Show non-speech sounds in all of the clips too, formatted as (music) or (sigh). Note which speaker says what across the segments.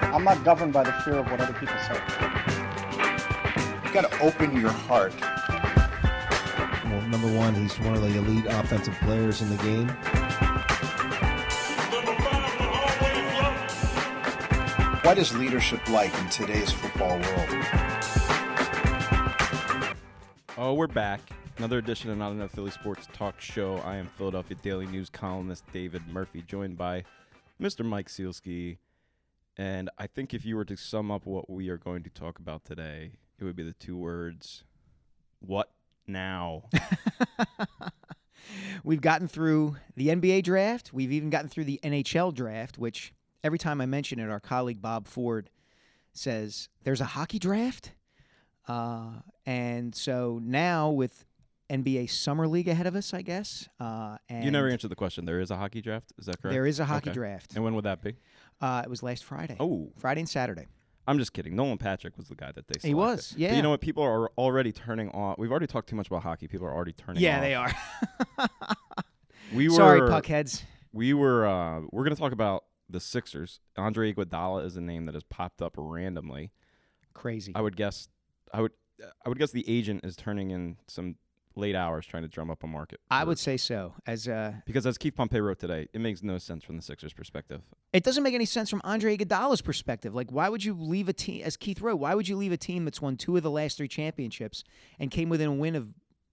Speaker 1: I'm not governed by the fear of what other people say.
Speaker 2: You gotta open your heart.
Speaker 3: Well, number one, he's one of the elite offensive players in the game.
Speaker 2: What is leadership like in today's football world?
Speaker 4: Oh, we're back. Another edition of Not Enough Philly Sports Talk Show. I am Philadelphia Daily News columnist David Murphy, joined by Mr. Mike Sealski. And I think if you were to sum up what we are going to talk about today, it would be the two words what now? (laughs)
Speaker 5: We've gotten through the NBA draft. We've even gotten through the NHL draft, which every time I mention it, our colleague Bob Ford says there's a hockey draft. Uh, and so now with NBA Summer League ahead of us, I guess. Uh, and
Speaker 4: you never answered the question. There is a hockey draft. Is that correct?
Speaker 5: There is a hockey
Speaker 4: Okay.
Speaker 5: draft.
Speaker 4: And when would that be?
Speaker 5: Uh, it was last Friday.
Speaker 4: Oh,
Speaker 5: Friday and Saturday.
Speaker 4: I'm just kidding. Nolan Patrick was the guy that they selected.
Speaker 5: He was,
Speaker 4: But
Speaker 5: yeah.
Speaker 4: you know what? People are already turning off. We've already talked too much about hockey. People are already turning
Speaker 5: Yeah,
Speaker 4: off.
Speaker 5: they are.
Speaker 4: We were,
Speaker 5: (laughs) Sorry, puckheads.
Speaker 4: we were uh, we're gonna talk about the Sixers. Andre Iguodala is a name that has popped up randomly.
Speaker 5: Crazy.
Speaker 4: I would guess I would I would guess the agent is turning in some late hours trying to drum up a market.
Speaker 5: I
Speaker 4: for-
Speaker 5: would say so. As uh,
Speaker 4: because as Keith Pompey wrote today, it makes no sense from the Sixers' perspective.
Speaker 5: It doesn't make any sense from Andre Iguodala's perspective. Like, why would you leave a team as Keith Rowe? Why would you leave a team that's won two of the last three championships and came within a win of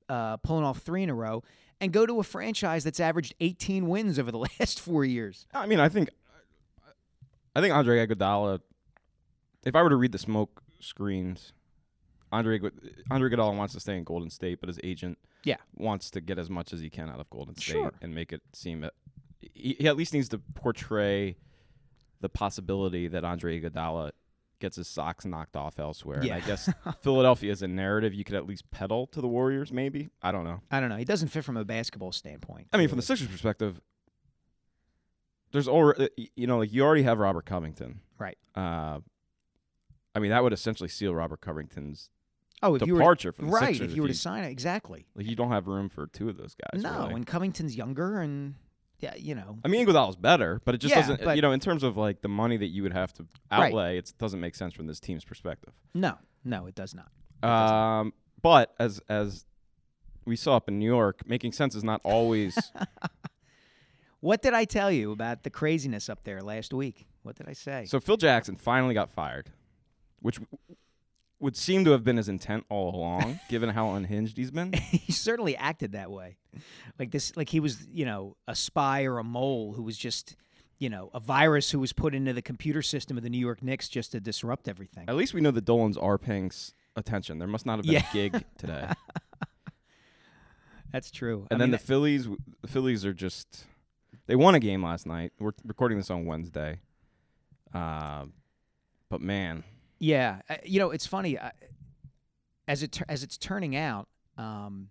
Speaker 5: uh, pulling off three in a row, and go to a franchise that's averaged 18 wins over the (laughs) last four years?
Speaker 4: I mean, I think I think Andre Iguodala. If I were to read the smoke screens, Andre Igu- Andre Iguodala wants to stay in Golden State, but his agent
Speaker 5: Yeah.
Speaker 4: wants to get as much as he can out of Golden State
Speaker 5: Sure.
Speaker 4: and make it seem he, he at least needs to portray the possibility that Andre Iguodala gets his socks knocked off elsewhere. And I
Speaker 5: Yeah. (laughs)
Speaker 4: guess Philadelphia is a narrative you could at least peddle to the Warriors. Maybe I don't know.
Speaker 5: I don't know. It doesn't fit from a basketball standpoint.
Speaker 4: I mean, from the Sixers' perspective, there's already you know like you already have Robert Covington,
Speaker 5: Right.
Speaker 4: Uh, I mean, that would essentially seal Robert Covington's
Speaker 5: Oh, if
Speaker 4: departure
Speaker 5: you
Speaker 4: from
Speaker 5: were
Speaker 4: the
Speaker 5: right,
Speaker 4: Sixers.
Speaker 5: if you were to sign it, exactly.
Speaker 4: like, you don't have room for two of those guys.
Speaker 5: no,
Speaker 4: really.
Speaker 5: and Covington's younger, and yeah, you know,
Speaker 4: I mean, Iguodala's better, but it just
Speaker 5: Yeah,
Speaker 4: doesn't. uh,
Speaker 5: but-
Speaker 4: you know, in terms of like the money that you would have to
Speaker 5: Right.
Speaker 4: outlay, it doesn't make sense from this team's perspective.
Speaker 5: no, no, it does not. doesn't.
Speaker 4: Um, but as as we saw up in New York, making sense is not always.
Speaker 5: What did I tell you about the craziness up there last week? What did I say?
Speaker 4: so Phil Jackson finally got fired, which w- would seem to have been his intent all
Speaker 5: (laughs)
Speaker 4: along, given how unhinged he's been.
Speaker 5: he certainly acted that way like this like he was you know a spy or a mole who was just you know a virus who was put into the computer system of the new york knicks just to disrupt everything
Speaker 4: At least we know the Dolans are paying s- attention. There must not have been a
Speaker 5: Yeah. (laughs)
Speaker 4: gig today.
Speaker 5: that's true
Speaker 4: And
Speaker 5: I
Speaker 4: then
Speaker 5: mean, uh,
Speaker 4: the Phillies, the Phillies are just they won a game last night. We're recording this on Wednesday. Uh, but man,
Speaker 5: yeah I- you know it's funny I, as it tur- as it's turning out um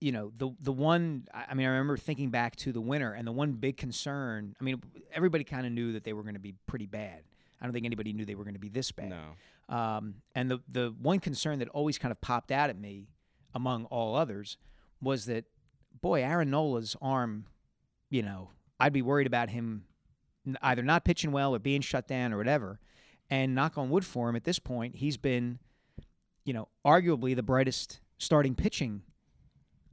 Speaker 5: you know the the one I I mean I remember thinking back to the winter and the one big concern I mean everybody kind of knew that they were going to be pretty bad I don't think anybody knew they were going to be this bad
Speaker 4: no.
Speaker 5: Um, and the, the one concern that always kind of popped out at me, among all others, was that, boy, Aaron Nola's arm, you know, I'd be worried about him n- either not pitching well or being shut down or whatever. And knock on wood for him at this point, he's been, you know, arguably the brightest starting pitching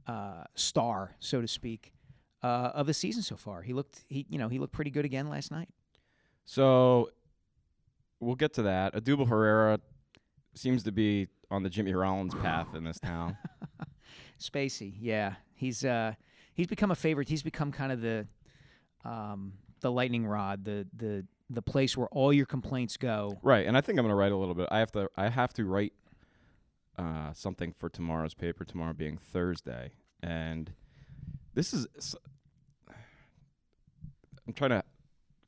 Speaker 5: uh, star, so to speak, uh, of the season so far. He looked, he you know, he looked pretty good again last night.
Speaker 4: So we'll get to that. Adubo Herrera seems to be on the Jimmy Rollins path in this town.
Speaker 5: Spacey, yeah, he's uh, he's become a favorite. He's become kind of the um, the lightning rod, the the the place where all your complaints go.
Speaker 4: Right, and I think I'm gonna write a little bit. I have to. I have to write uh, something for tomorrow's paper. Tomorrow being Thursday, and this is. s- I'm trying to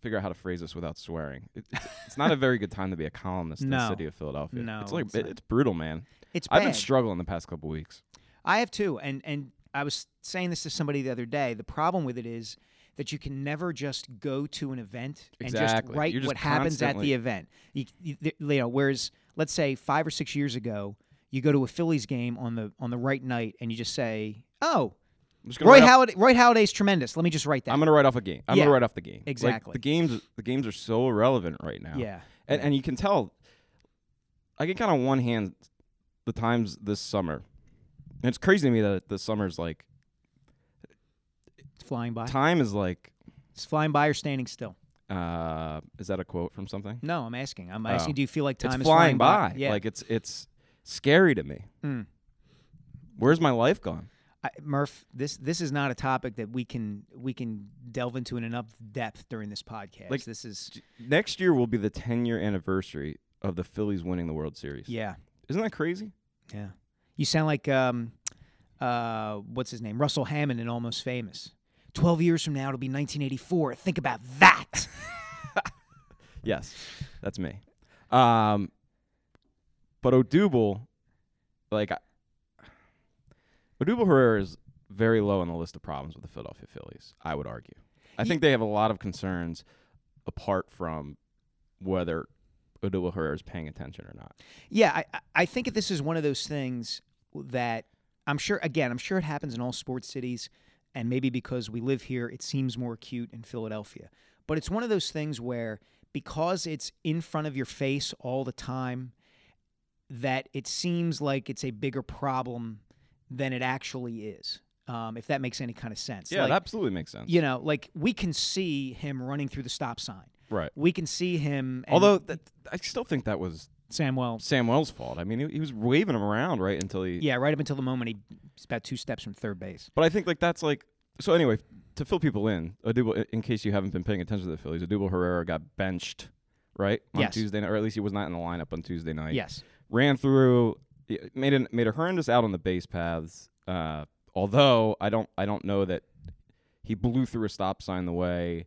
Speaker 4: figure out how to phrase this without swearing. It, it's, it's not a very good time to be a columnist in the
Speaker 5: No.
Speaker 4: city of Philadelphia.
Speaker 5: No,
Speaker 4: it's like
Speaker 5: it's
Speaker 4: it-
Speaker 5: not.
Speaker 4: it's brutal, man.
Speaker 5: It's
Speaker 4: I've been
Speaker 5: bad.
Speaker 4: struggling the past couple weeks.
Speaker 5: I have too, and and I was saying this to somebody the other day. The problem with it is that you can never just go to an event and
Speaker 4: Exactly.
Speaker 5: just write
Speaker 4: You're just
Speaker 5: what happens at
Speaker 4: constantly-
Speaker 5: the event. You, you, th- you know, whereas let's say five or six years ago, you go to a Phillies game on the on the right night, and you just say, "Oh,
Speaker 4: I'm just gonna
Speaker 5: Roy
Speaker 4: write off-
Speaker 5: Halladay, Roy Halladay's tremendous. Let me just write that.
Speaker 4: I'm gonna write off a game. I'm
Speaker 5: Yeah.
Speaker 4: gonna write off the game. Like,
Speaker 5: Exactly.
Speaker 4: the games the games are so irrelevant right now.
Speaker 5: yeah.
Speaker 4: And and you can tell I can kind of one hand the times this summer. And it's crazy to me that the summer's like
Speaker 5: It's flying by.
Speaker 4: time is like
Speaker 5: It's flying by or standing still.
Speaker 4: uh is that a quote from something?
Speaker 5: No, I'm asking. I'm
Speaker 4: Oh.
Speaker 5: asking. Do you feel like time
Speaker 4: it's
Speaker 5: is
Speaker 4: flying, by.
Speaker 5: Yeah.
Speaker 4: Like it's it's scary to me.
Speaker 5: Mm.
Speaker 4: Where's my life gone?
Speaker 5: I, Murph, this this is not a topic that we can we can delve into in enough depth during this podcast.
Speaker 4: Like,
Speaker 5: this is
Speaker 4: Next year will be the 10 year anniversary of the Phillies winning the World Series.
Speaker 5: yeah
Speaker 4: Isn't that crazy?
Speaker 5: yeah. You sound like um, uh, what's his name, Russell Hammond in Almost Famous. Twelve years from now, it'll be 1984. Think about that.
Speaker 4: Yes, that's me. Um, but Odubel, like I- Odubel Herrera is very low on the list of problems with the Philadelphia Phillies. I would argue. I think they have a lot of concerns apart from whether Odubel Herrera is paying attention or not.
Speaker 5: Yeah, I- I, I think this is one of those things that I'm sure, again, I'm sure it happens in all sports cities. And maybe because we live here, it seems more acute in Philadelphia. But it's one of those things where because it's in front of your face all the time, that it seems like it's a bigger problem than it actually is, um, if that makes any kind of sense.
Speaker 4: Yeah,
Speaker 5: Like,
Speaker 4: that absolutely makes sense.
Speaker 5: you know, like we can see him running through the stop sign.
Speaker 4: Right.
Speaker 5: We can see him. and
Speaker 4: Although that, I still think that was
Speaker 5: Samwell
Speaker 4: Samwell's fault. I mean, he, he was waving him around right until he.
Speaker 5: Yeah, right up until the moment he- he's about two steps from third base.
Speaker 4: But I think like that's like so. Anyway, to fill people in, Odubel, in case you haven't been paying attention to the Phillies, Odubel Herrera got benched, right? On
Speaker 5: Yes.
Speaker 4: Tuesday night, or at least he was not in the lineup on Tuesday night.
Speaker 5: Yes.
Speaker 4: Ran through, yeah, made an, made a horrendous out on the base paths. Uh, although I don't I don't know that he blew through a stop sign the way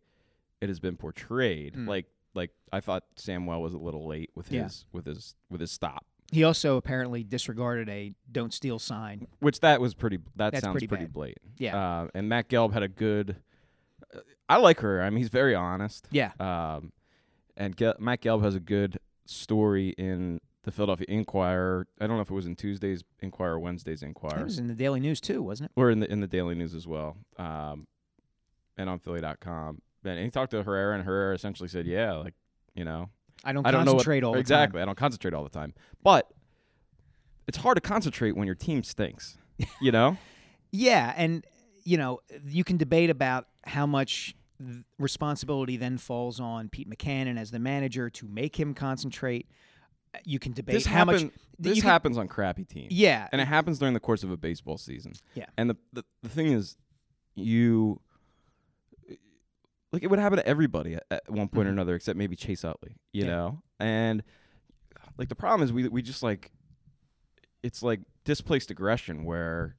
Speaker 4: it has been portrayed. Like like I thought Samwell was a little late with
Speaker 5: Hmm. Yeah.
Speaker 4: his with his with his stop.
Speaker 5: He also apparently disregarded a don't steal sign.
Speaker 4: which that was pretty. That
Speaker 5: That's
Speaker 4: sounds
Speaker 5: pretty
Speaker 4: pretty,
Speaker 5: bad.
Speaker 4: blatant.
Speaker 5: Yeah.
Speaker 4: Uh, and Matt Gelb had a good. uh, I like her. I mean, he's very honest.
Speaker 5: Yeah.
Speaker 4: Um, and Gel- Matt Gelb has a good story in the Philadelphia Inquirer. I don't know if it was in Tuesday's Inquirer or Wednesday's
Speaker 5: That
Speaker 4: Inquirer,
Speaker 5: was in the Daily News too, wasn't it?
Speaker 4: or in the in the Daily News as well, um, and on Philly.com. And he talked to Herrera, and Herrera essentially said, "Yeah, like you know,
Speaker 5: I don't
Speaker 4: I don't know what,
Speaker 5: concentrate all the
Speaker 4: exactly.
Speaker 5: time.
Speaker 4: I don't concentrate all the time, but." It's hard to concentrate when your team stinks, you
Speaker 5: (laughs)
Speaker 4: know.
Speaker 5: Yeah, and you know you can debate about how much th- responsibility then falls on Pete McCannon as the manager to make him concentrate. You can debate
Speaker 4: this
Speaker 5: how
Speaker 4: happen,
Speaker 5: much
Speaker 4: this
Speaker 5: you can-
Speaker 4: happens on crappy teams.
Speaker 5: Yeah,
Speaker 4: And it happens during the course of a baseball season.
Speaker 5: Yeah.
Speaker 4: And the, the the thing is you like it would happen to everybody at, at one point or another except maybe Chase Utley, you
Speaker 5: Mm-hmm. Yeah.
Speaker 4: know? And like the problem is we we just like it's like displaced aggression where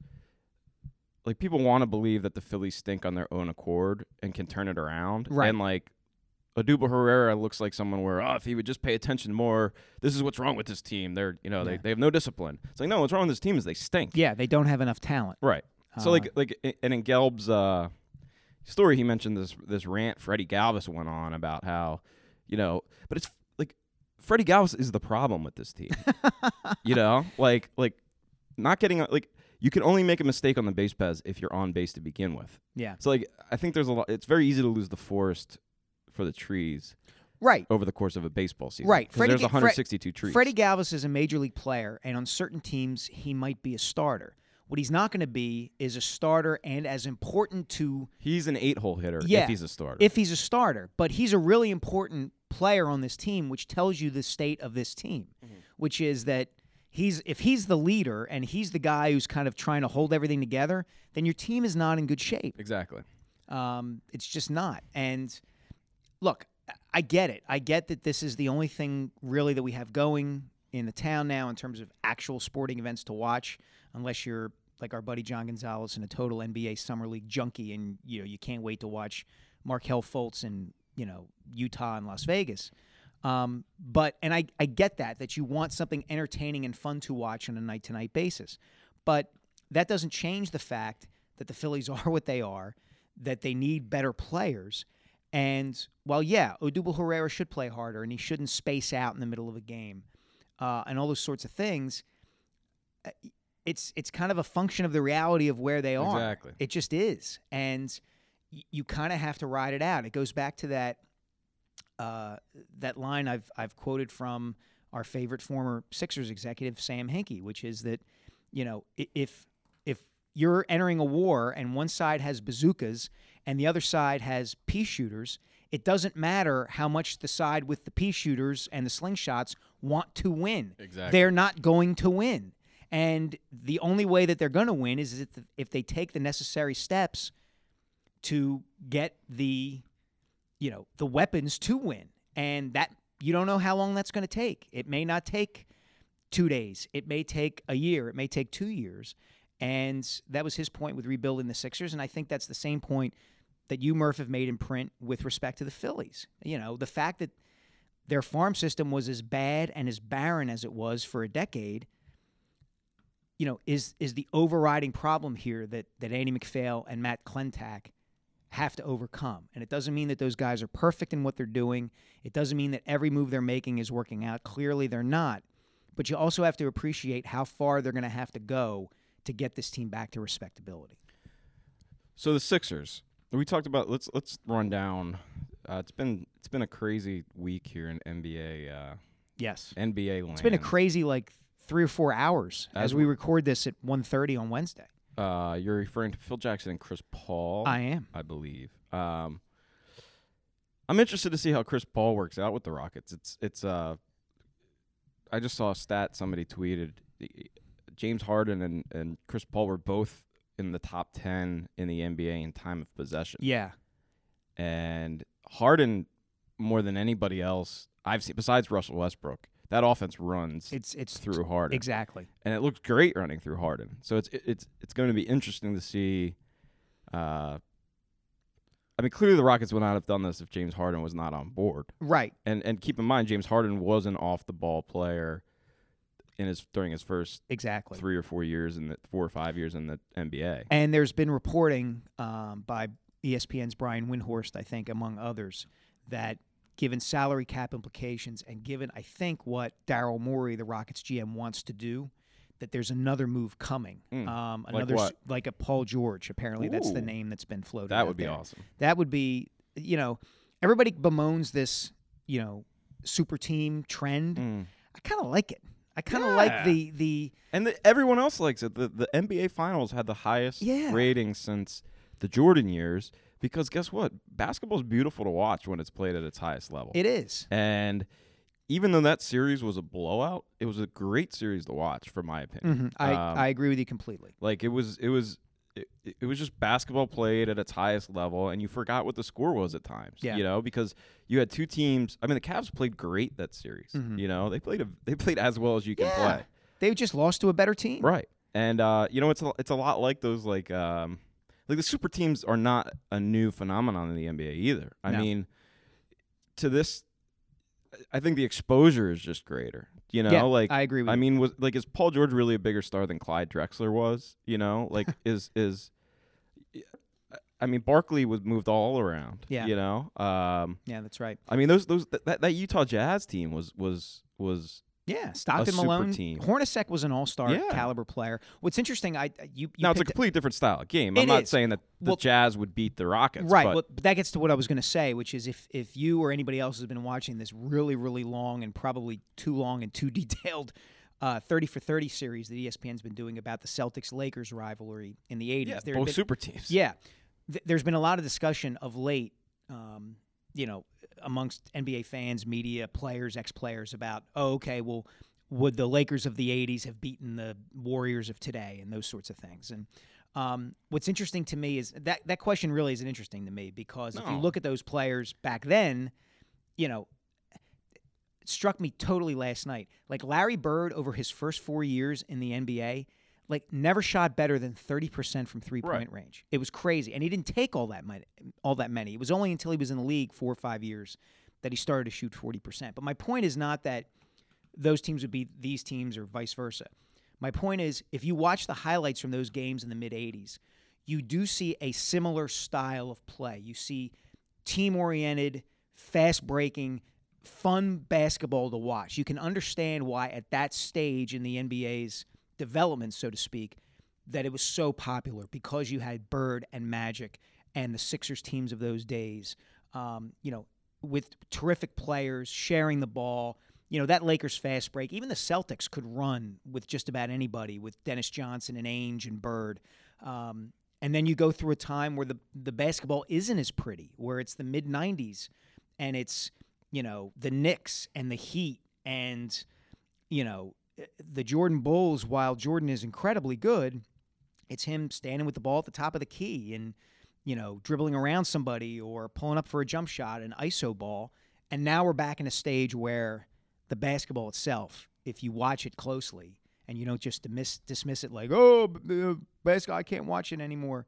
Speaker 4: like people want to believe that the Phillies stink on their own accord and can turn it around.
Speaker 5: Right.
Speaker 4: And like Aduba Herrera looks like someone where, oh, if he would just pay attention more, this is what's wrong with this team. They're, you know, they,
Speaker 5: Yeah.
Speaker 4: they have no discipline. It's like, no, what's wrong with this team is they stink.
Speaker 5: yeah, they don't have enough talent.
Speaker 4: Right. So
Speaker 5: Uh,
Speaker 4: like, like, i- and in Gelb's uh, story, he mentioned this this rant Freddie Galvis went on about how, you know, but it's like Freddie Galvis is the problem with
Speaker 5: (laughs)
Speaker 4: this team. you know, like like not getting like you can only make a mistake on the base paths if you're on base to begin with.
Speaker 5: Yeah,
Speaker 4: So like, I think there's a lot. It's very easy to lose the forest for the trees
Speaker 5: right.
Speaker 4: over the course of a baseball season.
Speaker 5: Right.
Speaker 4: 'Cause
Speaker 5: Freddie
Speaker 4: there's
Speaker 5: Ga- Fre-
Speaker 4: 162 trees.
Speaker 5: Freddie Galvis is a major league player, and on certain teams, he might be a starter. What he's not going to be is a starter and as important to
Speaker 4: he's an eight hole hitter
Speaker 5: Yeah.
Speaker 4: if he's a starter.
Speaker 5: if he's a starter, but he's a really important player on this team, which tells you the state of this team, which is that he's if he's the leader and he's the guy who's kind of trying to hold everything together, then your team is not in good shape.
Speaker 4: exactly.
Speaker 5: Um, it's just not. And look, I get it. I get that this is the only thing really that we have going in the town now in terms of actual sporting events to watch, unless you're like our buddy John Gonzalez and a total NBA summer league junkie, and you know you can't wait to watch Markel Fultz in you know Utah and Las Vegas. Um, but and I, I get that that you want something entertaining and fun to watch on a night to night basis, but that doesn't change the fact that the Phillies (laughs) are what they are, that they need better players, and well, yeah, Odubel Herrera should play harder, and he shouldn't space out in the middle of a game, uh, and all those sorts of things. Uh, it's it's kind of a function of the reality of where they are.
Speaker 4: Exactly.
Speaker 5: It just is, and y- you kind of have to ride it out. It goes back to that uh, that line I've I've quoted from our favorite former Sixers executive Sam Hinkie, which is that you know i- if if you're entering a war and one side has bazookas and the other side has pea shooters, it doesn't matter how much the side with the pea shooters and the slingshots want to win.
Speaker 4: Exactly.
Speaker 5: They're not going to win. And the only way that they're going to win is if, if they take the necessary steps to get the you know the weapons to win and that you don't know how long that's going to take it may not take two days it may take a year it may take two years and that was his point with rebuilding the sixers and i think that's the same point that you murph have made in print with respect to the phillies you know the fact that their farm system was as bad and as barren as it was for a decade you know is is the overriding problem here that that andy mcphail and matt clentak have to overcome. And it doesn't mean that those guys are perfect in what they're doing. It doesn't mean that every move they're making is working out. Clearly, they're not. But you also have to appreciate how far they're going to have to go to get this team back to respectability.
Speaker 4: So the Sixers. We talked about let's let's run down. Uh, it's been it's been a crazy week here in NBA uh,
Speaker 5: Yes.
Speaker 4: NBA land.
Speaker 5: It's been a crazy like three or four hours as,
Speaker 4: As
Speaker 5: we
Speaker 4: we-
Speaker 5: record this at 1.30 on Wednesday.
Speaker 4: Uh, you're referring to Phil Jackson and Chris Paul.
Speaker 5: I am.
Speaker 4: I believe. Um, I'm interested to see how Chris Paul works out with the Rockets. It's it's uh, I just saw a stat somebody tweeted. E, James Harden and, and Chris Paul were both in the top ten in the NBA in time of possession.
Speaker 5: Yeah.
Speaker 4: and Harden more than anybody else I've seen besides Russell Westbrook. That offense runs
Speaker 5: It's it's
Speaker 4: through Harden,
Speaker 5: Exactly.
Speaker 4: and it looks great running through Harden. So it's it's it's going to be interesting to see. Uh, I mean, clearly the Rockets would not have done this if James Harden was not on board.
Speaker 5: Right.
Speaker 4: And and keep in mind, James Harden was an off the ball player in his during his first
Speaker 5: Exactly.
Speaker 4: three or four years in the four or five years in the NBA.
Speaker 5: And there's been reporting um, by ESPN's Brian Windhorst, I think, among others, that given salary cap implications and given, I think, what Daryl Morey, the Rockets GM, wants to do, that there's another move coming.
Speaker 4: Mm.
Speaker 5: Um,
Speaker 4: Like
Speaker 5: another, s-
Speaker 4: what?
Speaker 5: like a Paul George. Apparently, that's the
Speaker 4: Ooh.
Speaker 5: name that's been floated.
Speaker 4: That
Speaker 5: out
Speaker 4: would be
Speaker 5: there.
Speaker 4: awesome.
Speaker 5: That would be, you know, everybody bemoans this, you know, super team trend.
Speaker 4: Mm.
Speaker 5: I kind of like it. I kind of like
Speaker 4: Yeah.
Speaker 5: the the
Speaker 4: And the, everyone else likes it. The, the NBA Finals had the highest
Speaker 5: Yeah.
Speaker 4: rating since the Jordan years because guess what? Basketball's beautiful to watch when it's played at its highest level.
Speaker 5: it is.
Speaker 4: and even though that series was a blowout, it was a great series to watch, for my opinion.
Speaker 5: Mhm. I
Speaker 4: Um,
Speaker 5: I agree with you completely.
Speaker 4: Like it was, it was, it, it was just basketball played at its highest level, and you forgot what the score was at times.
Speaker 5: Yeah.
Speaker 4: You know, because you had two teams. I mean, the Cavs played great that series. You know, they played a, they played as well as you can
Speaker 5: Mm-hmm. Yeah.
Speaker 4: play.
Speaker 5: They just lost to a better team.
Speaker 4: Right. And uh, you know, it's a, it's a lot like those like um, like the super teams are not a new phenomenon in the NBA either. I
Speaker 5: No.
Speaker 4: mean, to this, I think the exposure is just greater. You know,
Speaker 5: Yeah,
Speaker 4: like
Speaker 5: I agree with
Speaker 4: I
Speaker 5: you.
Speaker 4: mean, was like is Paul George really a bigger star than Clyde Drexler was? You
Speaker 5: (laughs)
Speaker 4: know, like is is. I mean, Barkley was moved all around.
Speaker 5: Yeah.
Speaker 4: You know, um,
Speaker 5: Yeah, that's right.
Speaker 4: I mean, those those that- that, that Utah Jazz team was was was
Speaker 5: Yeah, Stockton
Speaker 4: super
Speaker 5: Malone.
Speaker 4: team.
Speaker 5: Hornacek was an all-star
Speaker 4: Yeah.
Speaker 5: caliber player. What's interesting, I you, you
Speaker 4: now it's a
Speaker 5: picked-
Speaker 4: completely different style of game.
Speaker 5: It
Speaker 4: I'm not
Speaker 5: is.
Speaker 4: saying that the
Speaker 5: Well-
Speaker 4: Jazz would beat the Rockets,
Speaker 5: right.
Speaker 4: But
Speaker 5: well, but that gets to what I was going to say, which is if if you or anybody else has been watching this really really long and probably too long and too (laughs) detailed. Uh, 30 for 30 series that E ESPN's been doing about the Celtics Lakers rivalry in the 80s.
Speaker 4: yeah,
Speaker 5: There had
Speaker 4: both
Speaker 5: been-
Speaker 4: super teams.
Speaker 5: Yeah, Th- there's been a lot of discussion of late, um, you know, amongst NBA fans, media, players, ex-players about, oh, okay, well, would the Lakers of the '80s have beaten the Warriors of today, and those sorts of things. And um, what's interesting to me is that that question really isn't interesting to me because if you
Speaker 4: No.
Speaker 5: look at those players back then, you know, it struck me totally last night. Like Larry Bird over his first four years in the NBA, like never shot better than thirty percent from three point range. It was crazy, and he didn't take all that many, all that many. It was only until he was in the league four or five years that he started to shoot forty percent. But my point is not that those teams would be these teams or vice versa. My point is, if you watch the highlights from those games in the mid 80s, you do see a similar style of play. You see team oriented, fast breaking, fun basketball to watch. You can understand why at that stage in the NBA's development, so to speak, that it was so popular because you had Bird and Magic and the Sixers teams of those days, um, you know, with terrific players sharing the ball. You know, that Lakers fast break, even the Celtics could run with just about anybody, with Dennis Johnson and Ainge and Bird. Um, and then you go through a time where the, the basketball isn't as pretty, where it's the mid 90s and it's, you know, the Knicks and the Heat and, you know, the Jordan Bulls, while Jordan is incredibly good, it's him standing with the ball at the top of the key and, you know, dribbling around somebody or pulling up for a jump shot, an ISO ball. And now we're back in a stage where the basketball itself, if you watch it closely and you don't just dismiss, dismiss it like, oh, b- uh, basketball, I can't watch it anymore.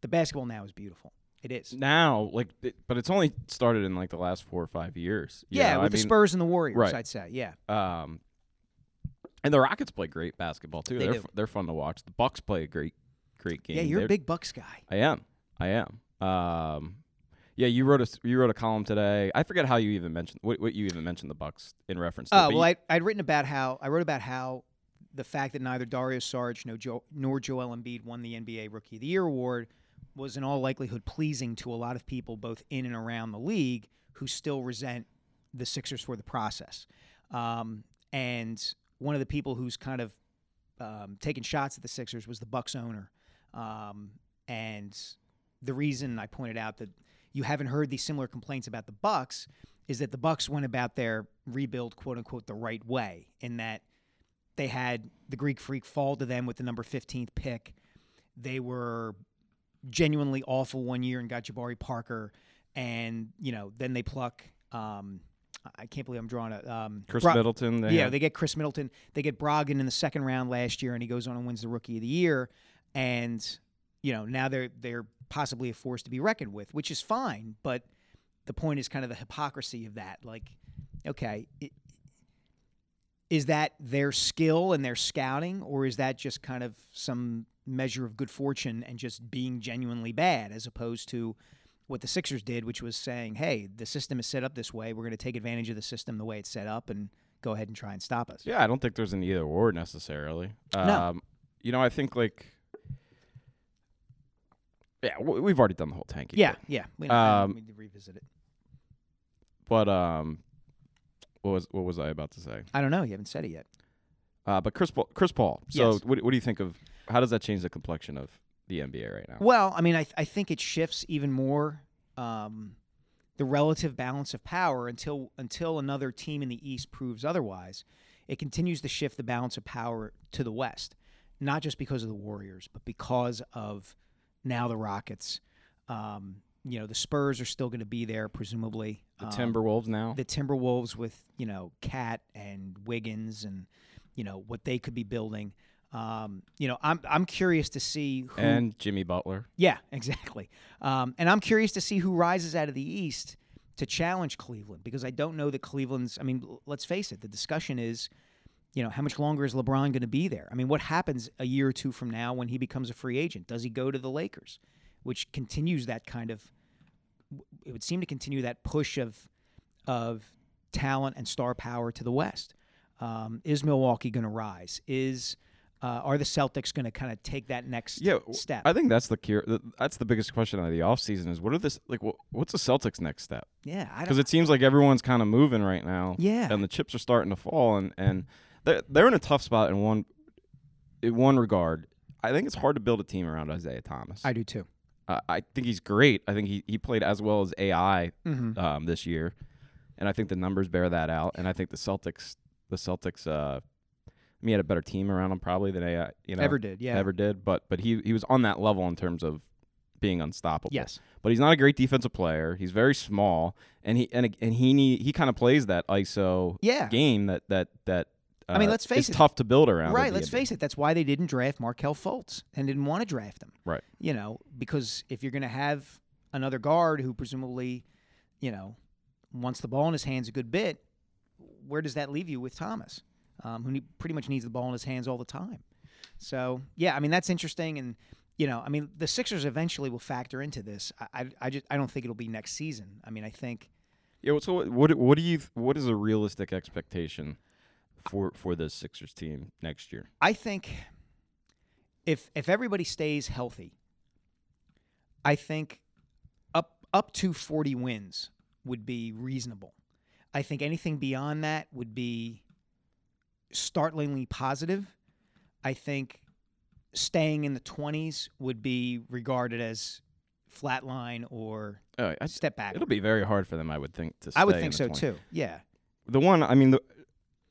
Speaker 5: The basketball now is beautiful. It is.
Speaker 4: now, like, it- but it's only started in like the last four or five years. you
Speaker 5: Yeah,
Speaker 4: know?
Speaker 5: with
Speaker 4: I
Speaker 5: the
Speaker 4: mean,
Speaker 5: Spurs and the Warriors,
Speaker 4: Right.
Speaker 5: I'd say. Yeah.
Speaker 4: Um, and the Rockets play great basketball too.
Speaker 5: They
Speaker 4: are
Speaker 5: do.
Speaker 4: they're fun to watch. The Bucks play a great, great game.
Speaker 5: Yeah, you're
Speaker 4: They're-
Speaker 5: a big Bucks guy.
Speaker 4: I am. I am. Um, yeah, you wrote a s- you wrote a column today. I forget how you even mentioned what, what you even mentioned the Bucks in reference. to.
Speaker 5: Oh
Speaker 4: but you-
Speaker 5: well, I, I'd written about how I wrote about how the fact that neither Dario Saric nor, jo- nor Joel Embiid won the NBA Rookie of the Year award was in all likelihood pleasing to a lot of people both in and around the league who still resent the Sixers for the process. Um, and one of the people who's kind of um, taking shots at the Sixers was the Bucks owner, um, and the reason I pointed out that you haven't heard these similar complaints about the Bucks is that the Bucks went about their rebuild, quote unquote, the right way, in that they had the Greek Freak fall to them with the number 15th pick. They were genuinely awful one year and got Jabari Parker, and you know then they pluck. Um, I- I can't believe I'm drawing a um,
Speaker 4: Chris
Speaker 5: Bro-
Speaker 4: Middleton. They
Speaker 5: yeah,
Speaker 4: had-
Speaker 5: they get Chris Middleton. They get Brogdon in the second round last year, and he goes on and wins the Rookie of the Year. And you know now they're they're possibly a force to be reckoned with, which is fine. But the point is kind of the hypocrisy of that. Like, okay, i- is that their skill and their scouting, or is that just kind of some measure of good fortune and just being genuinely bad, as opposed to what the Sixers did, which was saying, "Hey, the system is set up this way. We're going to take advantage of the system the way it's set up and go ahead and try and stop us."
Speaker 4: Yeah, I don't think there's an either or necessarily. Um, you know, I think like, yeah, w- we've already done the whole tanky.
Speaker 5: yeah,
Speaker 4: thing.
Speaker 5: yeah. We don't, I don't
Speaker 4: Um,
Speaker 5: need to revisit it.
Speaker 4: but um, what was what was I about to say?
Speaker 5: I don't know. You haven't said it yet.
Speaker 4: Uh, but Chris Paul, Chris Paul. So
Speaker 5: Yes.
Speaker 4: what, what do you think of? How does that change the complexion of the NBA right now?
Speaker 5: Well, I mean, I, I think it shifts even more um, the relative balance of power until until another team in the East proves otherwise. It continues to shift the balance of power to the West, not just because of the Warriors, but because of now the Rockets. Um, you know, the Spurs are still going to be there, presumably.
Speaker 4: The
Speaker 5: Um,
Speaker 4: Timberwolves now.
Speaker 5: the Timberwolves with you know Cat and Wiggins and you know what they could be building. Um, you know, I'm I'm curious to see who.
Speaker 4: and Jimmy Butler.
Speaker 5: yeah, (laughs) exactly. Um, and I'm curious to see who rises out of the East to challenge Cleveland because I don't know that Cleveland's. I mean, l- let's face it. The discussion is, you know, how much longer is LeBron going to be there? I mean, what happens a year or two from now when he becomes a free agent? Does he go to the Lakers, which continues that kind of it would seem to continue that push of of talent and star power to the West. Um, is Milwaukee going to rise? Is uh, are the Celtics going to kind of take that next
Speaker 4: Yeah, w-
Speaker 5: step?
Speaker 4: I think that's the cure. th- That's the biggest question of the offseason is what are this like? wh- What's the Celtics' next step?
Speaker 5: yeah, I
Speaker 4: Because
Speaker 5: don't.
Speaker 4: it seems like everyone's kind of moving right now.
Speaker 5: Yeah.
Speaker 4: and the chips are starting to fall, and and they're they're in a tough spot in one in one regard. I think it's hard to build a team around Isaiah Thomas.
Speaker 5: I do too.
Speaker 4: Uh, I think he's great. I think he, he played as well as AI
Speaker 5: Mm-hmm.
Speaker 4: um, this year, and I think the numbers bear that out. And I think the Celtics, the Celtics, uh, I mean, he had a better team around him probably than AI, you know,
Speaker 5: Ever did, yeah.
Speaker 4: ever did. But but he he was on that level in terms of being unstoppable.
Speaker 5: Yes.
Speaker 4: but he's not a great defensive player. He's very small, and he and and he need, he kind of plays that ISO
Speaker 5: Yeah.
Speaker 4: game that that that. Uh,
Speaker 5: I mean, let's face
Speaker 4: is
Speaker 5: it.
Speaker 4: tough to build around.
Speaker 5: Right. Let's face it. That's why they didn't draft Markel Fultz and didn't want to draft him.
Speaker 4: Right.
Speaker 5: You know, because if you're going to have another guard who presumably, you know, wants the ball in his hands a good bit, where does that leave you with Thomas, um, who ne- pretty much needs the ball in his hands all the time? So yeah, I mean that's interesting, and you know, I mean the Sixers eventually will factor into this. I, I, I just I don't think it'll be next season. I mean I think
Speaker 4: Yeah. well, So what- what what do you what is a realistic expectation for for this Sixers team next year?
Speaker 5: I think if if everybody stays healthy, I think up up to 40 wins would be reasonable. I think anything beyond that would be startlingly positive. I think staying in the 20s would be regarded as flatline or
Speaker 4: Oh, I,
Speaker 5: step back.
Speaker 4: it'll be very hard for them, I would think. To
Speaker 5: I would
Speaker 4: stay in
Speaker 5: think
Speaker 4: the 20.
Speaker 5: so too. Yeah.
Speaker 4: The one, I mean, the,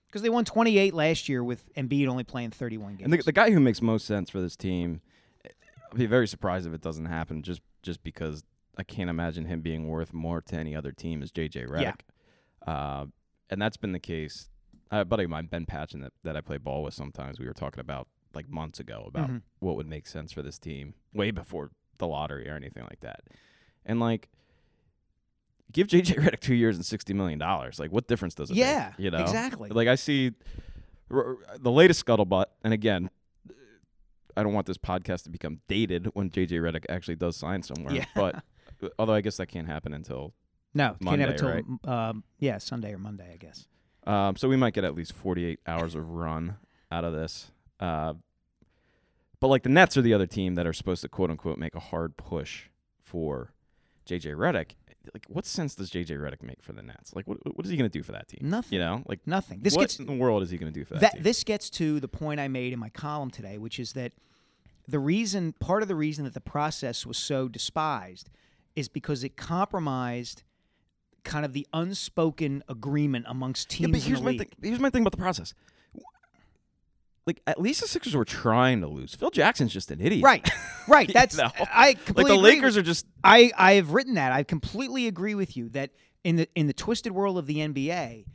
Speaker 5: Because they won 28 last year with Embiid only playing 31 games.
Speaker 4: and the, the guy who makes most sense for this team, I'd be very surprised if it doesn't happen. Just just because I can't imagine him being worth more to any other team is JJ Redick. Uh, and that's been the case. I had a buddy of mine, Ben Patchen, that, that I play ball with sometimes, we were talking about like months ago about
Speaker 5: Mhm.
Speaker 4: what would make sense for this team way before the lottery or anything like that. And like, give JJ Redick two years and $60 million. Like, what difference does it
Speaker 5: yeah,
Speaker 4: make? You know?
Speaker 5: exactly.
Speaker 4: Like I see r- r- the latest scuttlebutt, and again, I don't want this podcast to become dated when JJ Redick actually does sign somewhere.
Speaker 5: Yeah.
Speaker 4: But uh, although I guess that can't happen until,
Speaker 5: no, can't
Speaker 4: Monday,
Speaker 5: have it till
Speaker 4: right?
Speaker 5: m- um, yeah Sunday or Monday, I guess.
Speaker 4: um, so we might get at least forty-eight hours of run out of this. Uh, but like the Nets are the other team that are supposed to quote unquote make a hard push for JJ Redick. Like, what sense does JJ Redick make for the Nets? Like, what what is he going to do for that team?
Speaker 5: Nothing.
Speaker 4: You know, like
Speaker 5: Nothing. This
Speaker 4: what
Speaker 5: gets
Speaker 4: in the world is he going to do for that?
Speaker 5: that,
Speaker 4: team?
Speaker 5: this gets to the point I made in my column today, which is that the reason part of the reason that the process was so despised is because it compromised kind of the unspoken agreement amongst teams.
Speaker 4: Yeah, but
Speaker 5: in the
Speaker 4: here's my
Speaker 5: league.
Speaker 4: thing. Here's my thing about the process. Like at least the Sixers were trying to lose. Phil Jackson's just an idiot.
Speaker 5: Right,
Speaker 4: (laughs)
Speaker 5: right.
Speaker 4: You
Speaker 5: That's
Speaker 4: know?
Speaker 5: I
Speaker 4: Like
Speaker 5: completely
Speaker 4: the
Speaker 5: agree with
Speaker 4: Lakers are just
Speaker 5: I I have written that. I completely agree with you that in the in the twisted world of the NBA,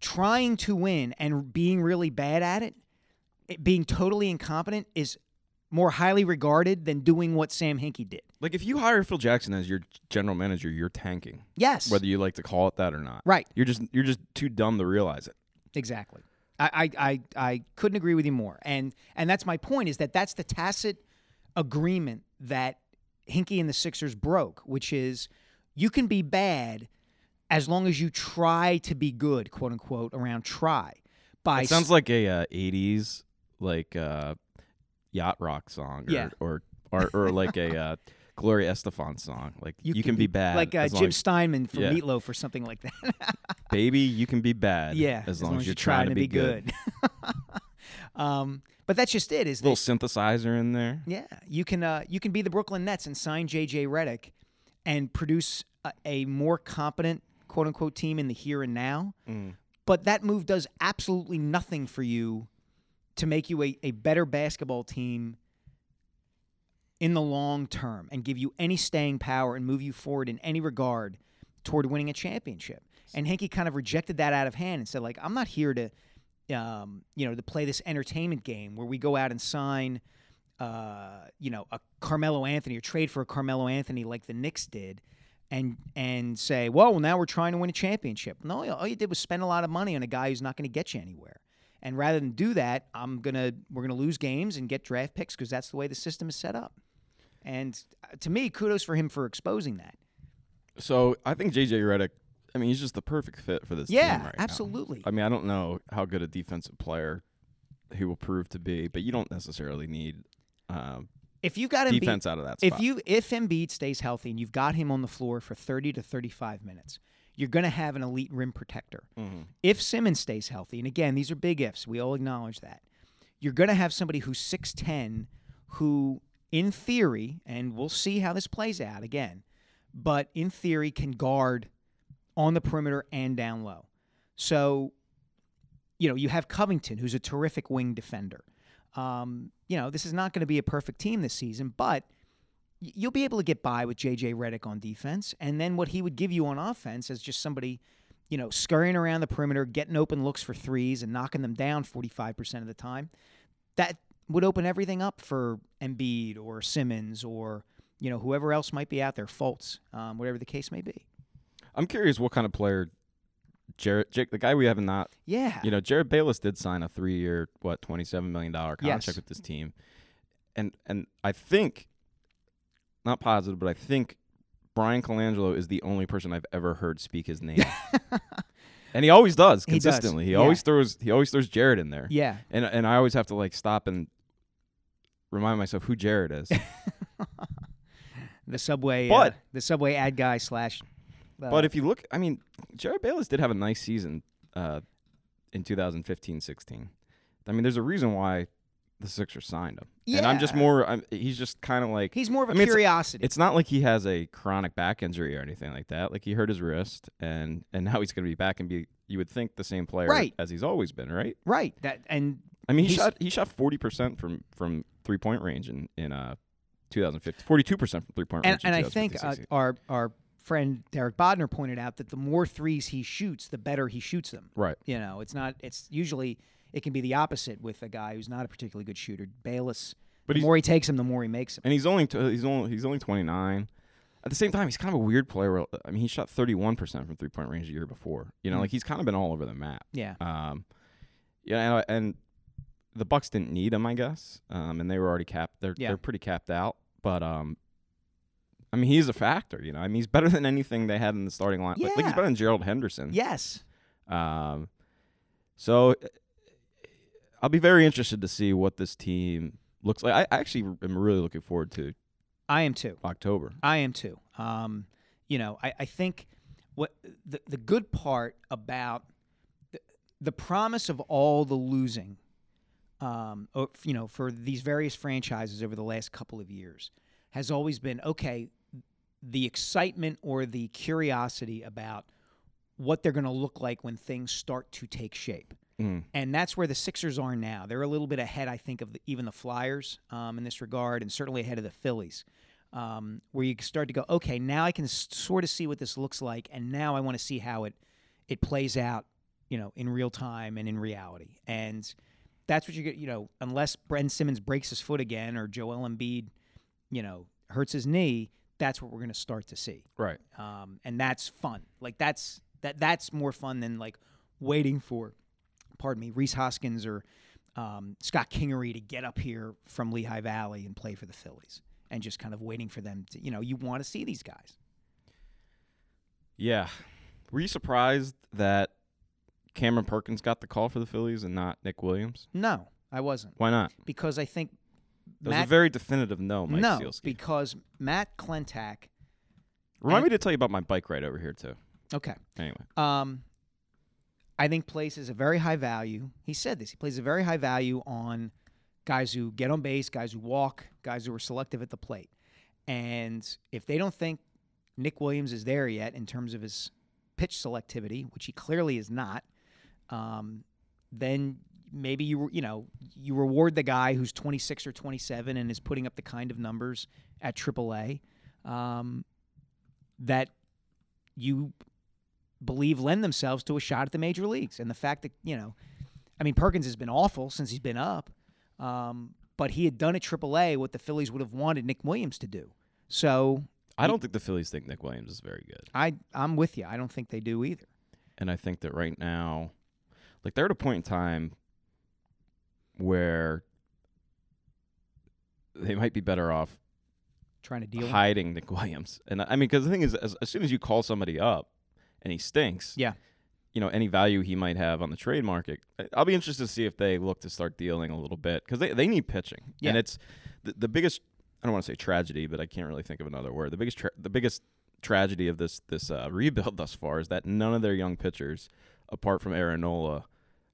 Speaker 5: trying to win and being really bad at it, it being totally incompetent is more highly regarded than doing what Sam Hinkie did.
Speaker 4: like if you hire Phil Jackson as your general manager, you're tanking.
Speaker 5: Yes.
Speaker 4: Whether you like to call it that or not.
Speaker 5: Right.
Speaker 4: You're just you're just too dumb to realize it.
Speaker 5: Exactly. I, I, I, I couldn't agree with you more. And and that's my point is that that's the tacit agreement that Hinkie and the Sixers broke, which is you can be bad as long as you try to be good, quote unquote, around try. By
Speaker 4: It sounds like a uh, 80s like uh yacht rock song or
Speaker 5: Yeah.
Speaker 4: or, or or like a uh Gloria Estefan song. Like you, can, be bad
Speaker 5: like uh,
Speaker 4: as long
Speaker 5: Jim
Speaker 4: as-
Speaker 5: Steinman from
Speaker 4: yeah.
Speaker 5: Meatloaf or something like that.
Speaker 4: baby, you can be bad
Speaker 5: (laughs) yeah,
Speaker 4: as, long, as, you're trying, to be good.
Speaker 5: good. (laughs) um, but that's just it. Is that
Speaker 4: Little synthesizer in there.
Speaker 5: Yeah, you can uh, you can be the Brooklyn Nets and sign JJ Redick, and produce a, a more competent quote unquote team in the here and now. But that move does absolutely nothing for you to make you a, a better basketball team in the long term and give you any staying power and move you forward in any regard toward winning a championship. And Hinkie kind of rejected that out of hand and said, like, I'm not here to, um, you know, to play this entertainment game where we go out and sign, uh, you know, a Carmelo Anthony or trade for a Carmelo Anthony like the Knicks did. And, and say, well, now we're trying to win a championship. No, all you did was spend a lot of money on a guy who's not going to get you anywhere. And rather than do that, I'm gonna we're gonna lose games and get draft picks because that's the way the system is set up. And uh, to me, kudos for him for exposing that.
Speaker 4: So I think JJ Redick. I mean, he's just the perfect fit for this
Speaker 5: Yeah,
Speaker 4: team right now. Uh,
Speaker 5: absolutely.
Speaker 4: I mean, I don't know how good a defensive player he will prove to be, but you don't necessarily need um,
Speaker 5: If you've got Embiid,
Speaker 4: defense out of that spot.
Speaker 5: if you if Embiid stays healthy and you've got him on the floor for 30 to 35 minutes, you're gonna have an elite rim protector.
Speaker 4: Mm-hmm.
Speaker 5: If Simmons stays healthy, and again, these are big ifs, we all acknowledge that. You're gonna have somebody who's 6'10, who in theory, and we'll see how this plays out again, but in theory can guard on the perimeter and down low. So, you know, you have Covington, who's a terrific wing defender. Um, you know, this is not going to be a perfect team this season, but y- you'll be able to get by with JJ Redick on defense, and then what he would give you on offense is just somebody, you know, scurrying around the perimeter, getting open looks for threes and knocking them down 45% of the time. That would open everything up for Embiid or Simmons or you know whoever else might be out there, Fultz, um, whatever the case may be.
Speaker 4: I'm curious what kind of player Jared, Jake, the guy we have not,
Speaker 5: Yeah,
Speaker 4: you know, Jared Bayless did sign a three-year, what, twenty-seven million dollar contract
Speaker 5: Yes.
Speaker 4: with this team, and and I think, not positive, but I think Brian Colangelo is the only person I've ever heard speak his
Speaker 5: (laughs)
Speaker 4: name. And he always does
Speaker 5: He does,
Speaker 4: consistently. He,
Speaker 5: yeah.
Speaker 4: always throws he always throws Jared in there.
Speaker 5: yeah.
Speaker 4: and and I always have to like stop and remind myself who Jared is.
Speaker 5: The subway, uh,
Speaker 4: But-
Speaker 5: the subway ad guy slash. Uh,
Speaker 4: but if you look, I mean, Jared Bayless did have a nice season uh, in 2015-16. I mean, there's a reason why the Sixers signed him. And I'm just
Speaker 5: Yeah.
Speaker 4: more. I'm, he's just kind of like
Speaker 5: he's more of a
Speaker 4: I mean, it's-
Speaker 5: curiosity.
Speaker 4: It's not like he has a chronic back injury or anything like that. Like he hurt his wrist, and and now he's going to be back and be. You would think the same player
Speaker 5: Right.
Speaker 4: as he's always been, right?
Speaker 5: right. That and
Speaker 4: I mean, he
Speaker 5: He's-
Speaker 4: shot he shot forty percent from from three point range in in uh. 2015, 42 percent from three point
Speaker 5: and,
Speaker 4: range.
Speaker 5: and
Speaker 4: in
Speaker 5: I think
Speaker 4: 2015,
Speaker 5: uh,
Speaker 4: 16.
Speaker 5: our our friend Derek Bodner pointed out that the more threes he shoots, the better he shoots them.
Speaker 4: right.
Speaker 5: You know, it's not. It's usually it can be the opposite with a guy who's not a particularly good shooter. Bayless.
Speaker 4: But
Speaker 5: the
Speaker 4: he's-
Speaker 5: more he takes him, the more he makes him.
Speaker 4: and he's only t- he's only he's only 29. At the same time, he's kind of a weird player. where- I mean, he shot 31 percent from three point range the year before. You know,
Speaker 5: Hmm.
Speaker 4: like he's kind of been all over the map.
Speaker 5: Yeah.
Speaker 4: Um, yeah, and, uh, and the Bucks didn't need him, I guess, um, and they were already capped. They're
Speaker 5: Yeah.
Speaker 4: they're pretty capped out, but um, I mean, he's a factor. You know, I mean, he's better (laughs) than anything they had in the starting line. Like, like he's
Speaker 5: Yeah.
Speaker 4: better than Gerald Henderson.
Speaker 5: Yes.
Speaker 4: Um, so uh, I'll be very interested to see what this team looks like. I, I actually am really looking forward to
Speaker 5: I am too.
Speaker 4: October.
Speaker 5: I am too. Um, you know, I, I think what the, the good part about the, the promise of all the losing, um, o- you know, for these various franchises over the last couple of years has always been okay, the excitement or the curiosity about what they're going to look like when things start to take shape. And that's where the Sixers are now. They're a little bit ahead, I think, of the, even the Flyers um, in this regard, and certainly ahead of the Phillies, um, where you start to go, okay, now I can s- sort of see what this looks like, and now I want to see how it it plays out, you know, in real time and in reality. And that's what you get, you know, unless Bren Simmons breaks his foot again or Joel Embiid, you know, hurts his knee, that's what we're going to start to see
Speaker 4: Right.
Speaker 5: um, and that's fun. Like that's that that's more fun than like waiting for, pardon me, Reese Hoskins or um, Scott Kingery to get up here from Lehigh Valley and play for the Phillies, and just kind of waiting for them to, you know, you want to see these guys.
Speaker 4: Yeah. Were you surprised that Cameron Perkins got the call for the Phillies and not Nick Williams?
Speaker 5: No, I wasn't
Speaker 4: Why not?
Speaker 5: because I think
Speaker 4: That was
Speaker 5: Matt-
Speaker 4: a very definitive no, Mike
Speaker 5: no
Speaker 4: Sealski.
Speaker 5: because Matt Clentak.
Speaker 4: Remind me to tell you about my bike ride over here too.
Speaker 5: Okay,
Speaker 4: Anyway.
Speaker 5: Um, I think places a very high value. He said this. He places a very high value on guys who get on base, guys who walk, guys who are selective at the plate. And if they don't think Nick Williams is there yet in terms of his pitch selectivity, which he clearly is not, um, then maybe you you know you reward the guy who's 26 or 27 and is putting up the kind of numbers at AAA um, that you believe lend themselves to a shot at the major leagues. And the fact that, you know, I mean, Perkins has been awful since he's been up, um, but he had done at AAA what the Phillies would have wanted Nick Williams to do. So
Speaker 4: I don't think the Phillies think Nick Williams is very good.
Speaker 5: I, I'm with you. I don't think they do either.
Speaker 4: And I think that right now like they're at a point in time where they might be better off
Speaker 5: Trying to deal with
Speaker 4: hiding Nick Williams. And I I mean, because the thing is, as, as soon as you call somebody up and he stinks,
Speaker 5: Yeah.
Speaker 4: you know, any value he might have on the trade market, I- I'll be interested to see if they look to start dealing a little bit because they, they need pitching.
Speaker 5: Yeah.
Speaker 4: And it's the, the biggest, I don't want to say tragedy, but I can't really think of another word. The biggest, tra- the biggest tragedy of this, this uh, (laughs) rebuild thus far is that none of their young pitchers, apart from Aaron Nola,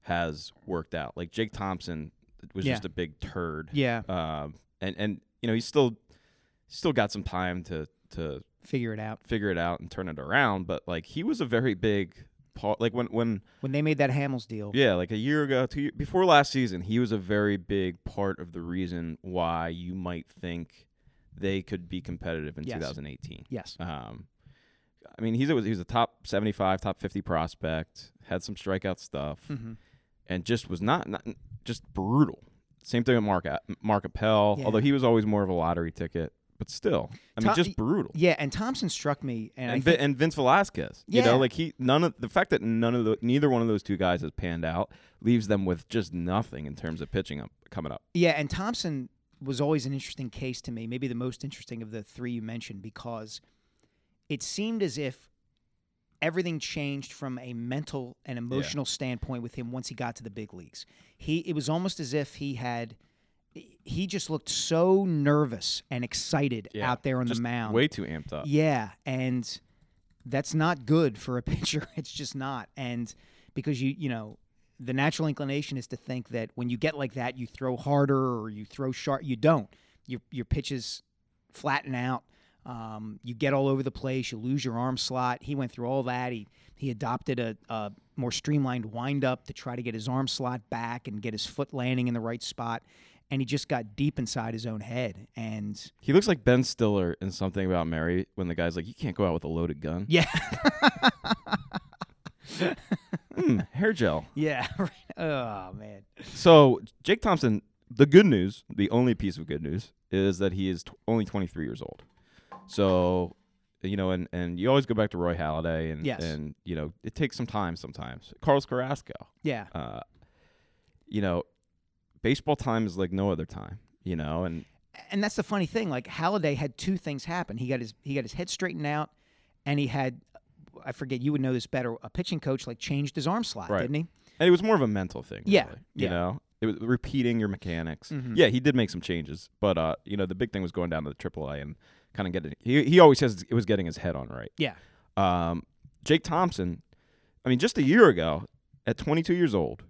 Speaker 4: has worked out. Like Jake Thompson was
Speaker 5: Yeah.
Speaker 4: just a big turd.
Speaker 5: Yeah.
Speaker 4: Um, and, and, you know, he's still still got some time to to
Speaker 5: figure it out.
Speaker 4: figure it out and turn it around. But like he was a very big part. Like when when
Speaker 5: When they made that Hamels deal,
Speaker 4: yeah, like a year ago, two year, before last season, he was a very big part of the reason why you might think they could be competitive in
Speaker 5: Yes.
Speaker 4: 2018.
Speaker 5: yes.
Speaker 4: Um, I mean, he's a, he was a top 75, top 50 prospect, had some strikeout stuff,
Speaker 5: Mm-hmm.
Speaker 4: and just was not, not just brutal. Same thing with Mark Mark Appel,
Speaker 5: Yeah.
Speaker 4: although he was always more of a lottery ticket, but still, I mean,
Speaker 5: Tom-
Speaker 4: just brutal.
Speaker 5: Yeah, and Thompson struck me, and, I
Speaker 4: And,
Speaker 5: think,
Speaker 4: Vin- and Vince Velasquez, you
Speaker 5: Yeah.
Speaker 4: know, like he none of the fact that none of the neither one of those two guys has panned out leaves them with just nothing in terms of pitching up coming up.
Speaker 5: Yeah, and Thompson was always an interesting case to me, maybe the most interesting of the three you mentioned, because it seemed as if everything changed from a mental and emotional standpoint with him once he got to the big leagues. He it was almost as if he had he just looked so nervous and excited
Speaker 4: Yeah,
Speaker 5: out there on
Speaker 4: just
Speaker 5: the mound.
Speaker 4: Way too amped up.
Speaker 5: Yeah, and that's not good for a (laughs) pitcher. It's just not. And because you you know, the natural inclination is to think that when you get like that, you throw harder or you throw sharp. You don't. Your your pitches flatten out. Um, you get all over the place. You lose your arm slot. He went through all that. He he adopted a, a more streamlined windup to try to get his arm slot back and get his foot landing in the right spot. And he just got deep inside his own head. And
Speaker 4: He looks like Ben Stiller in something about Mary when the guy's like, "You can't go out with a loaded gun."
Speaker 5: yeah, (laughs)
Speaker 4: Hmm, hair gel.
Speaker 5: yeah. right. (laughs) oh man.
Speaker 4: So Jake Thompson, the good news, the only piece of good news is that he is t- only 23 years old. So, you know, and and you always go back to Roy Halladay, and
Speaker 5: Yes.
Speaker 4: and you know, it takes some time sometimes. Carlos Carrasco,
Speaker 5: Yeah.
Speaker 4: uh, you know, baseball time is like no other time. You know, and
Speaker 5: and that's the funny thing. Like Halliday had two things happen. He got his he got his head straightened out, and he had I forget you would know this better. A pitching coach like changed his arm slot,
Speaker 4: Right.
Speaker 5: didn't he?
Speaker 4: And it was more of a mental thing.
Speaker 5: Yeah,
Speaker 4: really, you
Speaker 5: yeah.
Speaker 4: know, it was repeating your mechanics.
Speaker 5: Mhm.
Speaker 4: Yeah, he did make some changes, but uh, you know, the big thing was going down to the AAA and kind of getting. He he always says it was getting his head on right.
Speaker 5: Yeah.
Speaker 4: Um, Jake Thompson, I mean, just a year ago, at 22 years old,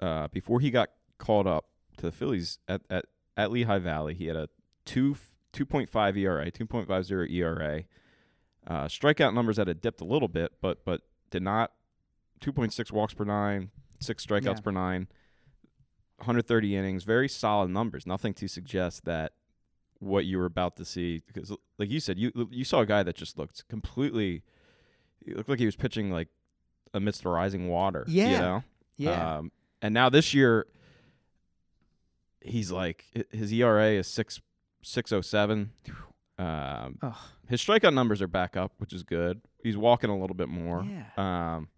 Speaker 4: uh, before he got called up to the Phillies at at, at Lehigh Valley, he had a two E 2.5 ERA, 2.50 ERA. E Uh, strikeout numbers had a dipped a little bit, but but did not. 2.6 walks per nine, six strikeouts
Speaker 5: Yeah.
Speaker 4: per nine, 130 innings, very solid numbers. Nothing to suggest that what you were about to see, because like you said, you you saw a guy that just looked completely. He looked like he was pitching like amidst the rising water. You
Speaker 5: Yeah.
Speaker 4: know?
Speaker 5: Yeah.
Speaker 4: Um, and now this year, he's like hi- his ERA is six six oh seven. Um,
Speaker 5: Ugh.
Speaker 4: his strikeout numbers are back up, which is good. He's walking a little bit more.
Speaker 5: Yeah.
Speaker 4: Um,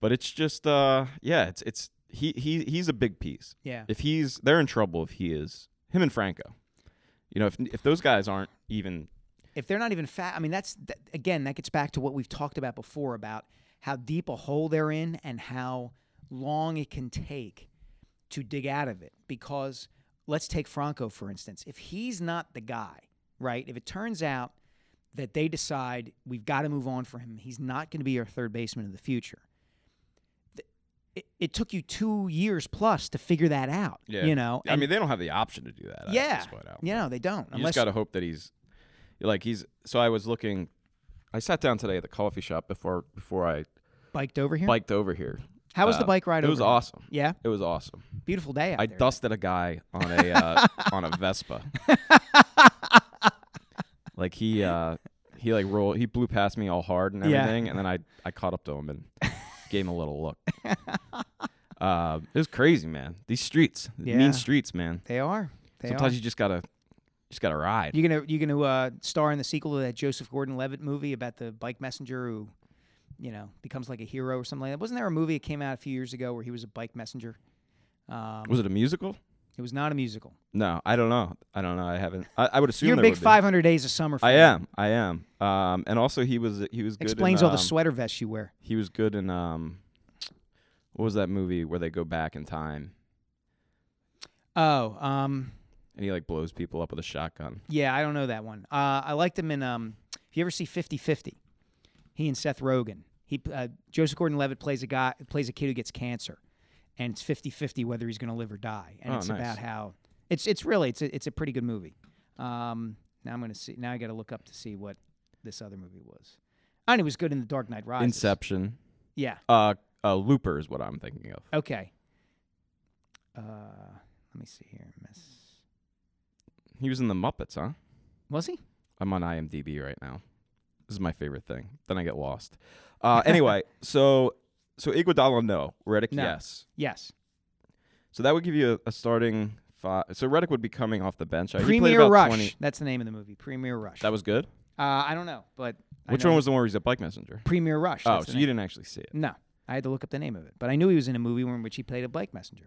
Speaker 4: but it's just uh, yeah, it's it's he he he's a big piece.
Speaker 5: yeah.
Speaker 4: If he's they're in trouble if he is him and Franco. You know, if if those guys aren't even
Speaker 5: if they're not even fat, I mean, that's that, again, that gets back to what we've talked about before about how deep a hole they're in and how long it can take to dig out of it. Because let's take Franco, for instance. If he's not the guy, right? If it turns out that they decide we've got to move on for him, he's not going to be our third baseman in the future. Th- It, it took you two years plus to figure that out, you know.
Speaker 4: I
Speaker 5: and-
Speaker 4: mean, they don't have the option to do that. I
Speaker 5: yeah,
Speaker 4: just find out.
Speaker 5: yeah, no, they don't.
Speaker 4: You
Speaker 5: unless
Speaker 4: just got to hope that he's like he's. So I was looking. I sat down today at the coffee shop before before I
Speaker 5: biked over here.
Speaker 4: biked over here.
Speaker 5: How was the
Speaker 4: Uh,
Speaker 5: bike ride?
Speaker 4: It was
Speaker 5: over here?
Speaker 4: awesome.
Speaker 5: Yeah,
Speaker 4: It was awesome.
Speaker 5: beautiful day. Out
Speaker 4: I
Speaker 5: there.
Speaker 4: dusted a guy on a
Speaker 5: (laughs)
Speaker 4: uh, on a Vespa. like he uh, he like rolled. He blew past me all hard and
Speaker 5: Yeah.
Speaker 4: everything, and then I I caught up to him and gave him a little
Speaker 5: (laughs)
Speaker 4: look. Uh, it was crazy, man. These streets,
Speaker 5: Yeah.
Speaker 4: mean streets, man.
Speaker 5: They are. They
Speaker 4: Sometimes
Speaker 5: are.
Speaker 4: you just gotta just gotta ride.
Speaker 5: You, are gonna you're gonna uh, star in the sequel to that Joseph Gordon-Levitt movie about the bike messenger who, you know, becomes like a hero or something like that. Wasn't there a movie that came out a few years ago where he was a bike messenger? Um,
Speaker 4: was it a musical?
Speaker 5: it was not a musical.
Speaker 4: No, I don't know. I don't know. I haven't. I, I would assume
Speaker 5: You're a
Speaker 4: there
Speaker 5: big
Speaker 4: would be.
Speaker 5: 500 Days of Summer.
Speaker 4: I
Speaker 5: fan.
Speaker 4: am. I am. Um, and also he was he was good.
Speaker 5: Explains
Speaker 4: in,
Speaker 5: all the
Speaker 4: um,
Speaker 5: sweater vests you wear.
Speaker 4: He was good in um, what was that movie where they go back in time
Speaker 5: Oh, um,
Speaker 4: and he like blows people up with a shotgun?
Speaker 5: yeah, I don't know that one. Uh, I liked him in. Um, if you ever see 50 50, he and Seth Rogen. He uh, Joseph Gordon-Levitt plays a guy plays a kid who gets cancer, and it's 50-50 whether he's going to live or die. And
Speaker 4: Oh,
Speaker 5: it's
Speaker 4: nice.
Speaker 5: about how it's it's really it's a, it's a pretty good movie. Um, now I'm going to see now I got to look up to see what this other movie was. And it was good in The Dark Knight Rises.
Speaker 4: Inception.
Speaker 5: Yeah.
Speaker 4: Uh, uh, Looper is what I'm thinking of.
Speaker 5: Okay. Uh, let me see here. Miss
Speaker 4: He was in the Muppets, huh?
Speaker 5: was he?
Speaker 4: I'm on IMDb right now. This is my favorite thing. Then I get lost. Uh,
Speaker 5: (laughs)
Speaker 4: anyway, so so Iguodala, no. Redick,
Speaker 5: No.
Speaker 4: yes.
Speaker 5: Yes.
Speaker 4: So that would give you a, a starting five. So Redick would be coming off the bench. Uh, he played
Speaker 5: Premier
Speaker 4: about
Speaker 5: Rush.
Speaker 4: 20
Speaker 5: That's the name of the movie. Premier Rush.
Speaker 4: That was good.
Speaker 5: uh, I don't know, but I
Speaker 4: Which
Speaker 5: know
Speaker 4: one was the one where he's a bike messenger?
Speaker 5: Premier Rush?
Speaker 4: Oh,
Speaker 5: that's
Speaker 4: so
Speaker 5: the name.
Speaker 4: you didn't actually see it.
Speaker 5: No, I had to look up the name of it, but I knew he was in a movie in which he played a bike messenger,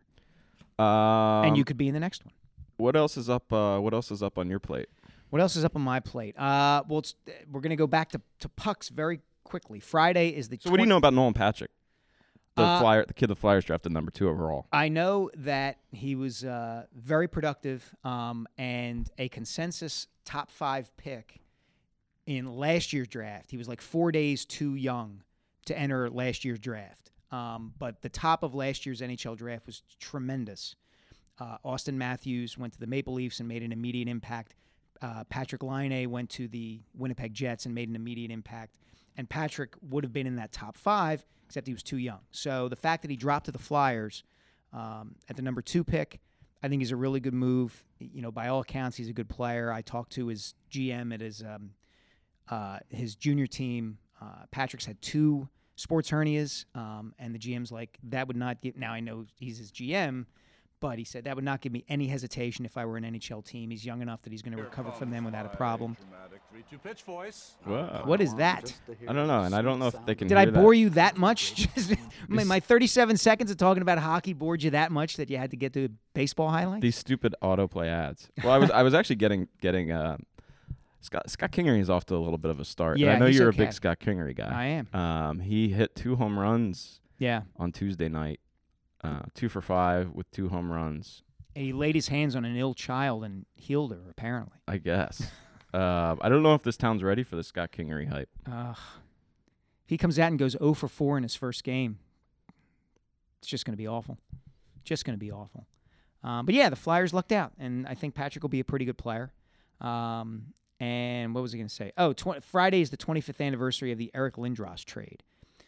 Speaker 4: Um,
Speaker 5: and you could be in the next one.
Speaker 4: what else is up? Uh, what else is up on your plate?
Speaker 5: What else is up on my plate? Uh, well, it's, we're gonna go back to, to pucks very quickly. Friday is the.
Speaker 4: So what do you know about Nolan Patrick? The
Speaker 5: Uh,
Speaker 4: flyer, the kid the Flyers drafted number two overall.
Speaker 5: I know that he was uh, very productive um, and a consensus top five pick in last year's draft. He was like four days too young to enter last year's draft. Um, but the top of last year's NHL draft was tremendous. Uh, Austin Matthews went to the Maple Leafs and made an immediate impact. Uh, Patrick Line went to the Winnipeg Jets and made an immediate impact. And Patrick would have been in that top five, except he was too young. So the fact that he dropped to the Flyers um, at the number two pick, I think is a really good move. You know, by all accounts, he's a good player. I talked to his GM at his um, uh, his junior team. Uh, Patrick's had two sports hernias, um, and the GM's like, that would not give. Now I know he's his GM, but he said that would not give me any hesitation if I were an NHL team. He's young enough that he's going to recover from them without a problem. What is that?
Speaker 4: I don't know, and I don't know if they can.
Speaker 5: Did I
Speaker 4: hear that.
Speaker 5: bore you that much? (laughs) Just my, my 37 seconds of talking about hockey bored you that much that you had to get to baseball highlights?
Speaker 4: These stupid autoplay ads. Well, I was I was actually getting getting uh, Scott Scott Kingery is off to a little bit of a start. and
Speaker 5: Yeah,
Speaker 4: I know
Speaker 5: he's
Speaker 4: you're a
Speaker 5: okay.
Speaker 4: big Scott Kingery
Speaker 5: I
Speaker 4: guy.
Speaker 5: am.
Speaker 4: Um, he hit two home runs
Speaker 5: Yeah.
Speaker 4: on Tuesday night, uh, two for five with two home runs.
Speaker 5: And he laid his hands on an ill child and healed her, apparently.
Speaker 4: I guess. uh, I don't know if this town's ready for the Scott Kingery hype.
Speaker 5: Ugh. If he comes out and goes 0 for 4 in his first game, it's just going to be awful. Just going to be awful. Um, but yeah, the Flyers lucked out, and I think Patrick will be a pretty good player. Um, and what was I going to say? Oh, tw- Friday is the 25th anniversary of the Eric Lindros trade.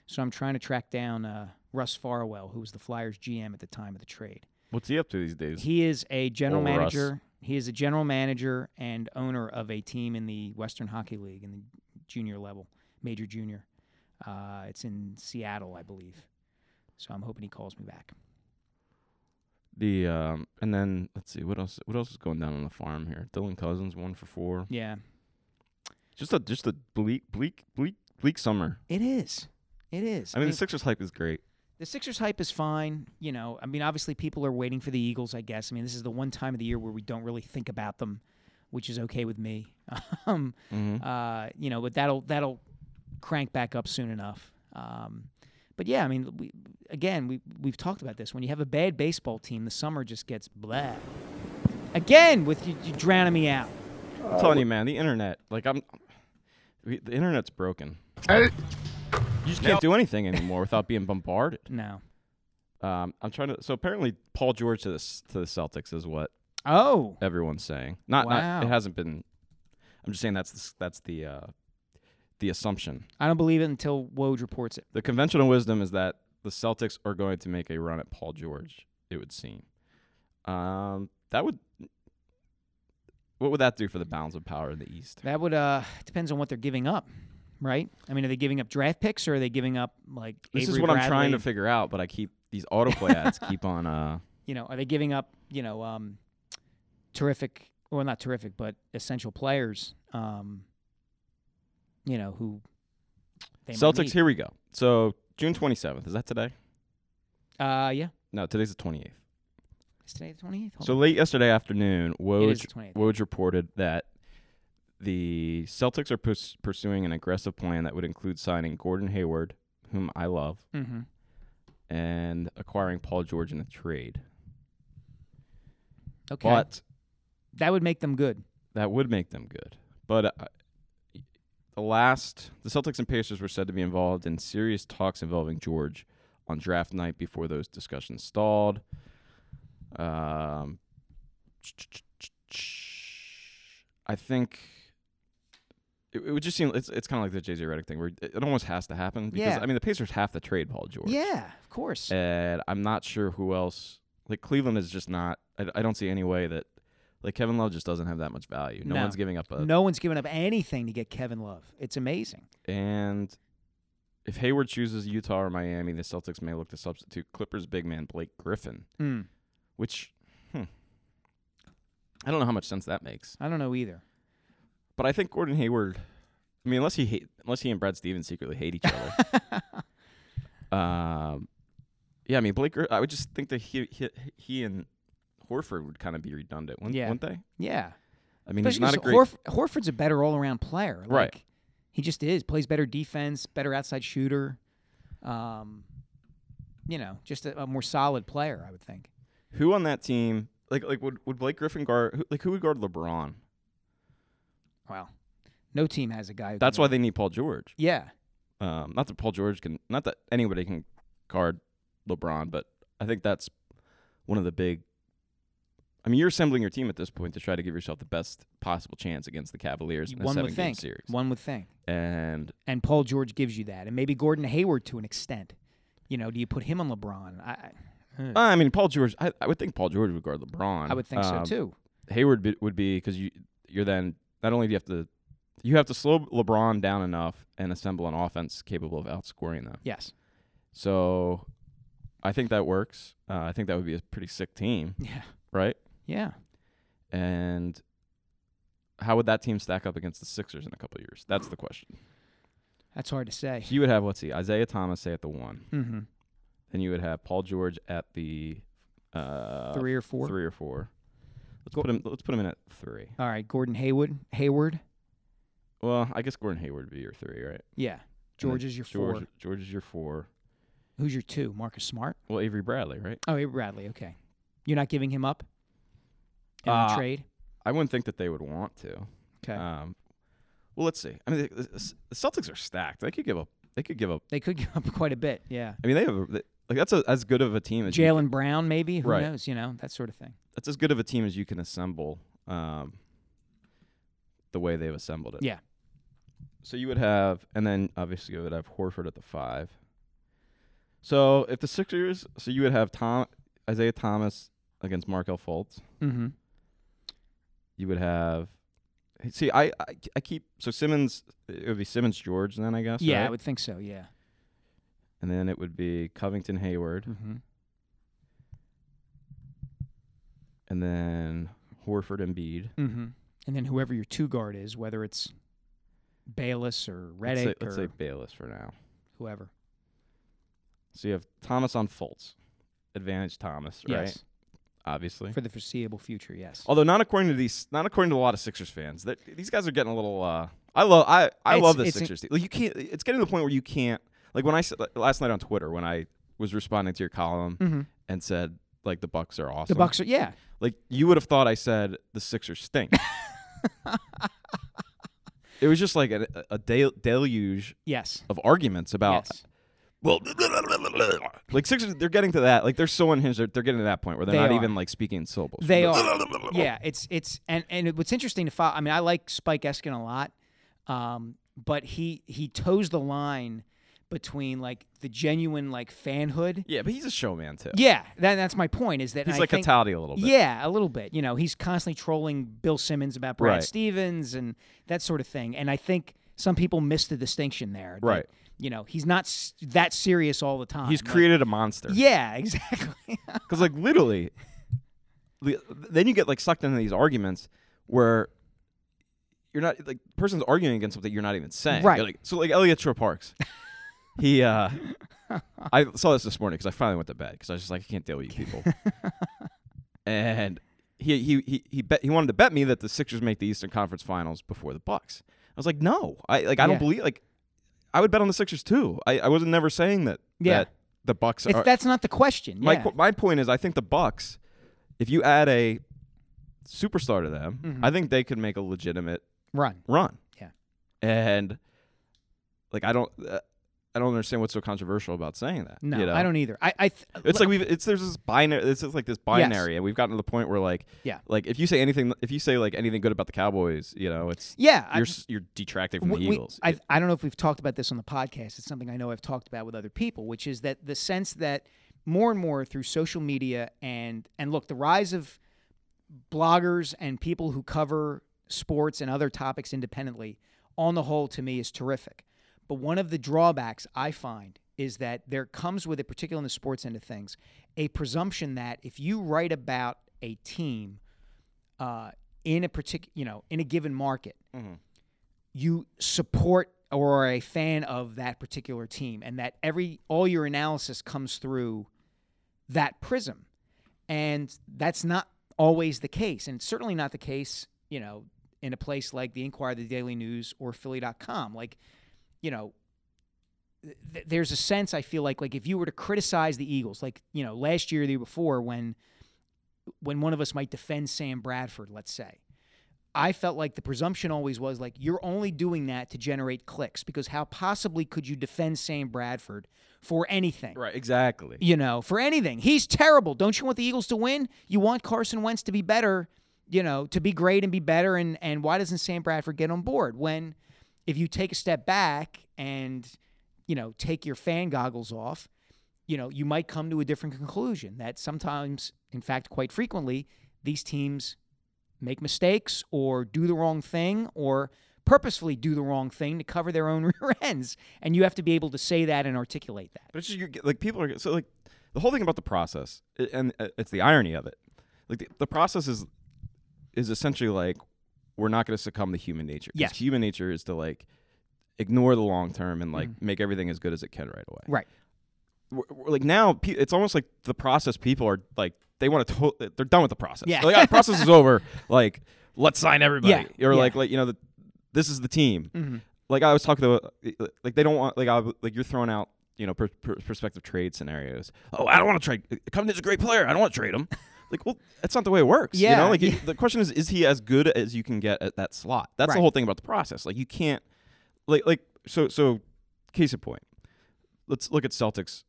Speaker 5: So I'm trying to track down uh, Russ Farwell, who was the Flyers GM at the time of the trade.
Speaker 4: What's he up to these days?
Speaker 5: He is a general
Speaker 4: Or Russ.
Speaker 5: manager. He is a general manager and owner of a team in the Western Hockey League in the junior level, major junior. Uh, it's in Seattle, I believe. So I'm hoping he calls me back.
Speaker 4: The um, and then let's see what else. What else is going down on the farm here? Dylan Cousins one for four.
Speaker 5: Yeah,
Speaker 4: Just a just a bleak bleak bleak bleak summer.
Speaker 5: it is. It is.
Speaker 4: I mean, the Sixers hype is great.
Speaker 5: The Sixers hype is fine. You know, I mean, obviously people are waiting for the Eagles, I guess. I mean, this is the one time of the year where we don't really think about them, which is okay with me. (laughs) um, uh, you know, but that'll that'll crank back up soon enough. Um, but yeah, I mean, we, again, we we've talked about this. When you have a bad baseball team, the summer just gets blah. Again, with you, you drowning me out.
Speaker 4: I'm telling you, man, the internet. Like I'm, we, the internet's broken. You just can't do anything anymore without being bombarded.
Speaker 5: No.
Speaker 4: Um, I'm trying to. So apparently, Paul George to the S- to the Celtics is what
Speaker 5: Oh,
Speaker 4: everyone's saying. Not, not
Speaker 5: Wow.
Speaker 4: it hasn't been. I'm just saying that's the, s- that's the uh, the assumption.
Speaker 5: I don't believe it until Woj reports it.
Speaker 4: The conventional wisdom is that the Celtics are going to make a run at Paul George. It would seem. Um, that would. What would that do for the balance of power in the East?
Speaker 5: That would uh depends on what they're giving up, right? I mean, are they giving up draft picks or are they giving up like
Speaker 4: This is
Speaker 5: Avery
Speaker 4: what I'm trying to
Speaker 5: Bradley?
Speaker 4: figure out, but I keep these autoplay ads keep on. Uh,
Speaker 5: you know, are they giving up, you know, um, terrific or not terrific, but essential players, um, you know, who (laughs) they might
Speaker 4: Celtics.
Speaker 5: need.
Speaker 4: Here we go. So June 27th is that today?
Speaker 5: Uh, yeah,
Speaker 4: No, today's the 28th.
Speaker 5: it's today the twenty eighth.
Speaker 4: So late yesterday afternoon,
Speaker 5: is
Speaker 4: Woj,
Speaker 5: the 28th.
Speaker 4: Woj reported that the Celtics are pus- pursuing an aggressive plan that would include signing Gordon Hayward, whom I love,
Speaker 5: mm-hmm.
Speaker 4: and acquiring Paul George in a trade.
Speaker 5: okay,
Speaker 4: But
Speaker 5: that would make them good.
Speaker 4: that would make them good. But uh, the last, the Celtics and Pacers were said to be involved in serious talks involving George on draft night before those discussions stalled. Um, I think it, it would just seem it's it's kind of like the J.J. Redick thing where it, it almost has to happen because
Speaker 5: Yeah.
Speaker 4: I mean the Pacers have to trade Paul George.
Speaker 5: Yeah, of course.
Speaker 4: And I'm not sure who else. Like Cleveland is just not. I, I don't see any way that like Kevin Love just doesn't have that much value. No,
Speaker 5: No.
Speaker 4: one's giving up a.
Speaker 5: no one's giving up anything to get Kevin Love. It's amazing.
Speaker 4: And if Hayward chooses Utah or Miami, the Celtics may look to substitute Clippers big man Blake Griffin,
Speaker 5: Mm,
Speaker 4: which hmm, I don't know how much sense that makes.
Speaker 5: I don't know either.
Speaker 4: But I think Gordon Hayward. I mean, unless he hate, unless he and Brad Stevens secretly hate each other.
Speaker 5: (laughs)
Speaker 4: um, yeah, I mean Blake. Gri- I would just think that he he, he and Horford would kind of be redundant, wouldn't,
Speaker 5: Yeah.
Speaker 4: wouldn't they?
Speaker 5: Yeah,
Speaker 4: I mean, he's
Speaker 5: Especially
Speaker 4: not a
Speaker 5: 'cause
Speaker 4: great.
Speaker 5: Horf- Horford's a better all around player. Like,
Speaker 4: Right.
Speaker 5: He just is. Plays better defense, better outside shooter. Um, you know, just a, a more solid player, I would think.
Speaker 4: Who on that team? Like, like would, would Blake Griffin guard? Who, like, who would guard LeBron?
Speaker 5: Wow. No team has a guy. Who
Speaker 4: That's
Speaker 5: can
Speaker 4: why
Speaker 5: guard-
Speaker 4: they need Paul George.
Speaker 5: Yeah.
Speaker 4: Um, not that Paul George can, not that anybody can guard LeBron, but I think that's one of the big. I mean, you're assembling your team at this point to try to give yourself the best possible chance against the Cavaliers in a
Speaker 5: One would
Speaker 4: seven-game
Speaker 5: think.
Speaker 4: series.
Speaker 5: One would think.
Speaker 4: And
Speaker 5: And Paul George gives you that, and maybe Gordon Hayward to an extent. You know, do you put him on LeBron? I, uh, I-
Speaker 4: uh, I mean, Paul George. I, I would think Paul George would guard LeBron.
Speaker 5: I would think
Speaker 4: Um,
Speaker 5: so too.
Speaker 4: Hayward be, would be because you you're then not only do you have to you have to slow LeBron down enough and assemble an offense capable of outscoring them.
Speaker 5: Yes. (laughs)
Speaker 4: So I think that works. Uh, I think that would be a pretty sick team,
Speaker 5: Yeah.
Speaker 4: right?
Speaker 5: Yeah.
Speaker 4: And how would that team stack up against the Sixers in a couple of years? That's the question.
Speaker 5: That's hard to say.
Speaker 4: You would have let's see Isaiah Thomas say at the one,
Speaker 5: hmm
Speaker 4: then you would have Paul George at the uh,
Speaker 5: Three or four.
Speaker 4: three or four. Let's
Speaker 5: Go-
Speaker 4: put him. Let's put him in at three.
Speaker 5: All right. Gordon Hayward. Hayward.
Speaker 4: Well, I guess Gordon Hayward would be your three, right?
Speaker 5: Yeah.
Speaker 4: And then
Speaker 5: George is your
Speaker 4: George,
Speaker 5: four.
Speaker 4: George is your four.
Speaker 5: Who's your two? Marcus Smart.
Speaker 4: Well, Avery Bradley, right?
Speaker 5: Oh, hey, Bradley. Okay. You're not giving him up in
Speaker 4: Uh,
Speaker 5: a trade.
Speaker 4: I wouldn't think that they would want to.
Speaker 5: Okay.
Speaker 4: Um, well, let's see. I mean, the, the the Celtics are stacked. They could give up. They could give up.
Speaker 5: they could give up (laughs) quite a bit. Yeah.
Speaker 4: I mean, they have a, they- like that's a, as good of a team as you-
Speaker 5: Jalen Brown, maybe. Who
Speaker 4: Right.
Speaker 5: knows? You know that sort of thing.
Speaker 4: that's as good of a team as you can assemble. Um, the way they've assembled it.
Speaker 5: Yeah.
Speaker 4: So you would have, and then obviously you would have Horford at the five. So if the Sixers, so you would have Tom Isaiah Thomas against Markel Fultz.
Speaker 5: Mm-hmm.
Speaker 4: you would have. See, I, I I keep so Simmons. It would be Simmons George then, I guess.
Speaker 5: yeah, I
Speaker 4: right?
Speaker 5: would think so. Yeah.
Speaker 4: and then it would be Covington Hayward,
Speaker 5: Mm-hmm.
Speaker 4: and then Horford Embiid.
Speaker 5: Mm-hmm. And then whoever your two guard is, whether it's Bayless or
Speaker 4: Let's say,
Speaker 5: Reddick or
Speaker 4: let's say Bayless for now.
Speaker 5: whoever.
Speaker 4: So you have Thomas on Fultz, advantage Thomas, right?
Speaker 5: Yes.
Speaker 4: Obviously.
Speaker 5: For the foreseeable future, yes.
Speaker 4: Although not according to these, not according to a lot of Sixers fans, that these guys are getting a little. Uh, I love, I, I
Speaker 5: It's-
Speaker 4: love the
Speaker 5: it's an-
Speaker 4: Sixers. team. Like you can't. It's getting to the point where you can't. Like when I said last night on Twitter when I was responding to your column
Speaker 5: Mhm.
Speaker 4: and said like the Bucks are awesome.
Speaker 5: The Bucks are yeah.
Speaker 4: Like you would have thought I said the Sixers
Speaker 5: (laughs)
Speaker 4: stink. it was just like a, a del- deluge
Speaker 5: Yes.
Speaker 4: of arguments about
Speaker 5: Yes.
Speaker 4: well, like Sixers. They're getting to that. Like they're so unhinged. They're, they're getting to that point where they're
Speaker 5: They
Speaker 4: not
Speaker 5: are.
Speaker 4: even like speaking in syllables.
Speaker 5: They are.
Speaker 4: Oh.
Speaker 5: yeah, it's it's and and it- what's interesting to follow. I mean, I like Spike Eskin a lot, um, but he he toes the line between like the genuine like fanhood.
Speaker 4: yeah, but he's a showman too.
Speaker 5: Yeah, that, that's my point. Is that
Speaker 4: he's
Speaker 5: I
Speaker 4: like
Speaker 5: think,
Speaker 4: Cataldi a little bit.
Speaker 5: Yeah, a little bit. You know, he's constantly trolling Bill Simmons about Brad
Speaker 4: Right.
Speaker 5: Stevens and that sort of thing. And I think some people miss the distinction there. that,
Speaker 4: Right.
Speaker 5: You know, he's not s- that serious all the time.
Speaker 4: he's
Speaker 5: Like,
Speaker 4: created a monster.
Speaker 5: yeah, (laughs) exactly.
Speaker 4: Because like literally, li- then you get like sucked into these arguments where you're not like the person's arguing against something you're not even saying. You're
Speaker 5: Right.
Speaker 4: like- so like Elliot Shore Parks, he uh, I saw this this morning because I finally went to bed because I was just like I can't deal with you people.
Speaker 5: (laughs)
Speaker 4: and he he he he bet he wanted to bet me that the Sixers make the Eastern Conference Finals before the Bucks. I was like, no, I like I
Speaker 5: Yeah.
Speaker 4: don't believe like I would bet on the Sixers too. I, I wasn't never saying that
Speaker 5: Yeah.
Speaker 4: that the Bucks
Speaker 5: It's,
Speaker 4: are
Speaker 5: that's not the question.
Speaker 4: my
Speaker 5: yeah.
Speaker 4: qu- my point is, I think the Bucks, if you add a superstar to them, I think they could make a legitimate
Speaker 5: Run.
Speaker 4: run.
Speaker 5: Mm-hmm. Yeah.
Speaker 4: and like I don't, uh, I don't understand what's so controversial about saying that.
Speaker 5: No,
Speaker 4: you know?
Speaker 5: I don't either. I, I th-
Speaker 4: It's like we've it's there's this binary. It's just like this binary, and we've gotten to the point where like
Speaker 5: Yeah.
Speaker 4: like if you say anything, if you say like anything good about the Cowboys, you know, it's
Speaker 5: yeah. I-
Speaker 4: you're s you're detracting from
Speaker 5: we-
Speaker 4: the
Speaker 5: we-
Speaker 4: Eagles.
Speaker 5: I, I don't know if we've talked about this on the podcast. It's something I know I've talked about with other people, which is that the sense that more and more through social media and and look, the rise of bloggers and people who cover sports and other topics independently, on the whole, to me, is terrific. But one of the drawbacks I find is that there comes with it, particularly in the sports end of things, a presumption that if you write about a team uh, in a particular, you know, in a given market, you support or are a fan of that particular team and that every all your analysis comes through that prism and that's not always the case and it's certainly not the case you know in a place like the inquirer the daily news or philly.com like you know th- there's a sense I feel like like if you were to criticize the Eagles, like you know last year, or the year before, when when one of us might defend Sam Bradford, let's say, I felt like the presumption always was like you're only doing that to generate clicks because how possibly could you defend Sam Bradford for anything?
Speaker 4: Right, exactly.
Speaker 5: You know, for anything. He's terrible. Don't you want the Eagles to win? You want Carson Wentz to be better, you know, to be great and be better and and why doesn't Sam Bradford get on board when if you take a step back and you know, take your fan goggles off, you know, you might come to a different conclusion that sometimes, in fact, quite frequently, these teams make mistakes or do the wrong thing or purposefully do the wrong thing to cover their own (laughs) rear ends. And you have to be able to say that and articulate that.
Speaker 4: But it's just you get, like people are so like the whole thing about the process, i- and uh, it's the irony of it. Like the, the process is is essentially like we're not going to succumb to human nature. 'cause
Speaker 5: Yes.
Speaker 4: human nature is to like ignore the long term and like make everything as good as it can right away.
Speaker 5: Right.
Speaker 4: We're- we're- like now, pe- it's almost like the process. People are like they want to. To- they're done with the process.
Speaker 5: Yeah.
Speaker 4: Like, "Ah, the process is
Speaker 5: (laughs)
Speaker 4: over. Like let's sign everybody.
Speaker 5: Yeah,
Speaker 4: Or
Speaker 5: yeah. Mm-hmm.
Speaker 4: like like you know the, this is the team like I was talking to like they don't want like I like you're throwing out you know per, per, prospective trade scenarios. Oh, I don't want to trade. Covington's a great player. I don't want to trade
Speaker 5: (laughs)
Speaker 4: him. like, well, that's not the way it works. you
Speaker 5: Yeah,
Speaker 4: know, like
Speaker 5: yeah.
Speaker 4: it- the question is, is he as good as you can get at that slot? That's
Speaker 5: Right.
Speaker 4: the whole thing about the process. Like you can't like like so so case in point. Let's look at Celtics.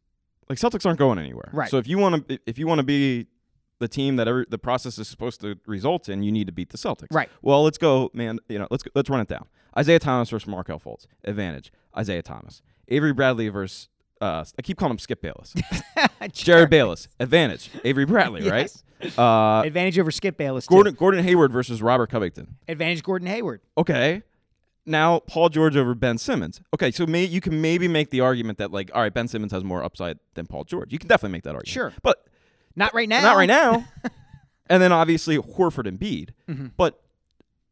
Speaker 4: Like Celtics aren't going anywhere.
Speaker 5: Right.
Speaker 4: So if you want to if you want to be the team that every, the process is supposed to result in, you need to beat the Celtics.
Speaker 5: Right.
Speaker 4: Well, let's go, man. You know, let's go, let's run it down. Isaiah Thomas versus Markel Fultz. Advantage. Isaiah Thomas. Avery Bradley versus. Uh, I keep calling him Skip
Speaker 5: (laughs)
Speaker 4: Bayless. Jared Bayless. Advantage. Avery Bradley. Right. Uh,
Speaker 5: Advantage over Skip Bayless. too.
Speaker 4: Gordon Gordon Hayward versus Robert Covington.
Speaker 5: Advantage Gordon Hayward.
Speaker 4: Okay. Now Paul George over Ben Simmons. Okay, so may, you can maybe make the argument that like, all right, Ben Simmons has more upside than Paul George. You can definitely make that argument.
Speaker 5: Sure.
Speaker 4: But
Speaker 5: Not right now. Mm-hmm.
Speaker 4: not right now.
Speaker 5: (laughs)
Speaker 4: and then obviously Horford and Bede. But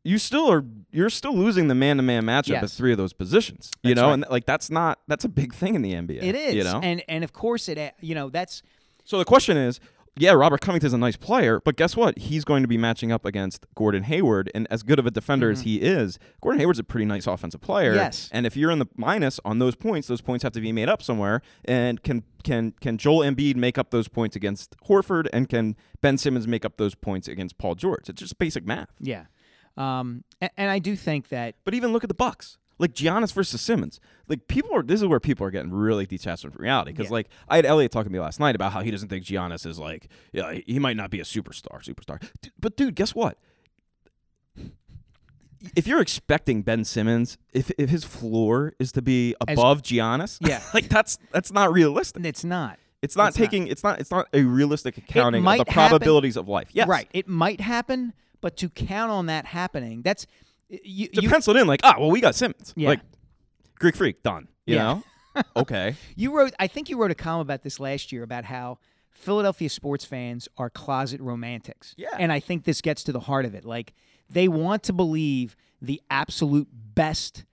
Speaker 4: you still are you're still losing the man to man matchup at
Speaker 5: Yes.
Speaker 4: three of those positions. you
Speaker 5: That's
Speaker 4: know,
Speaker 5: right.
Speaker 4: and like that's not that's a big thing in the NBA.
Speaker 5: It is.
Speaker 4: You know.
Speaker 5: And and of course it you know, that's
Speaker 4: so the question is. Yeah, Robert Covington's a nice player, but guess what? He's going to be matching up against Gordon Hayward, and as good of a defender as he is, Gordon Hayward's a pretty nice offensive player.
Speaker 5: Yes.
Speaker 4: And if you're in the minus on those points, those points have to be made up somewhere. And can can can Joel Embiid make up those points against Horford? And can Ben Simmons make up those points against Paul George? It's just basic math.
Speaker 5: yeah. Um and, and I do think that
Speaker 4: But even look at the Bucks. Like Giannis versus Simmons. Like people are. This is where people are getting really detached from reality. Because
Speaker 5: Yeah.
Speaker 4: like I had Elliot talking to me last night about how he doesn't think Giannis is like. Yeah, he- he might not be a superstar. Superstar. D- But dude, guess what? If you're expecting Ben Simmons, if, if his floor is to be above Giannis,
Speaker 5: Yeah.
Speaker 4: (laughs) like that's that's not realistic.
Speaker 5: it's not.
Speaker 4: It's not
Speaker 5: It's not.
Speaker 4: taking. It's not. It's not a realistic accounting of
Speaker 5: might
Speaker 4: the
Speaker 5: happen-
Speaker 4: probabilities of life. Yes,
Speaker 5: Right. It might happen, but to count on that happening, that's you,
Speaker 4: To
Speaker 5: you,
Speaker 4: pencil it in like, ah, well, we got Simmons.
Speaker 5: Yeah.
Speaker 4: Like, Greek freak done. You
Speaker 5: (laughs) Yeah.
Speaker 4: know. okay.
Speaker 5: you wrote I think you wrote a column about this last year about how Philadelphia sports fans are closet romantics.
Speaker 4: Yeah.
Speaker 5: And I think this gets to the heart of it. Like they want to believe the absolute best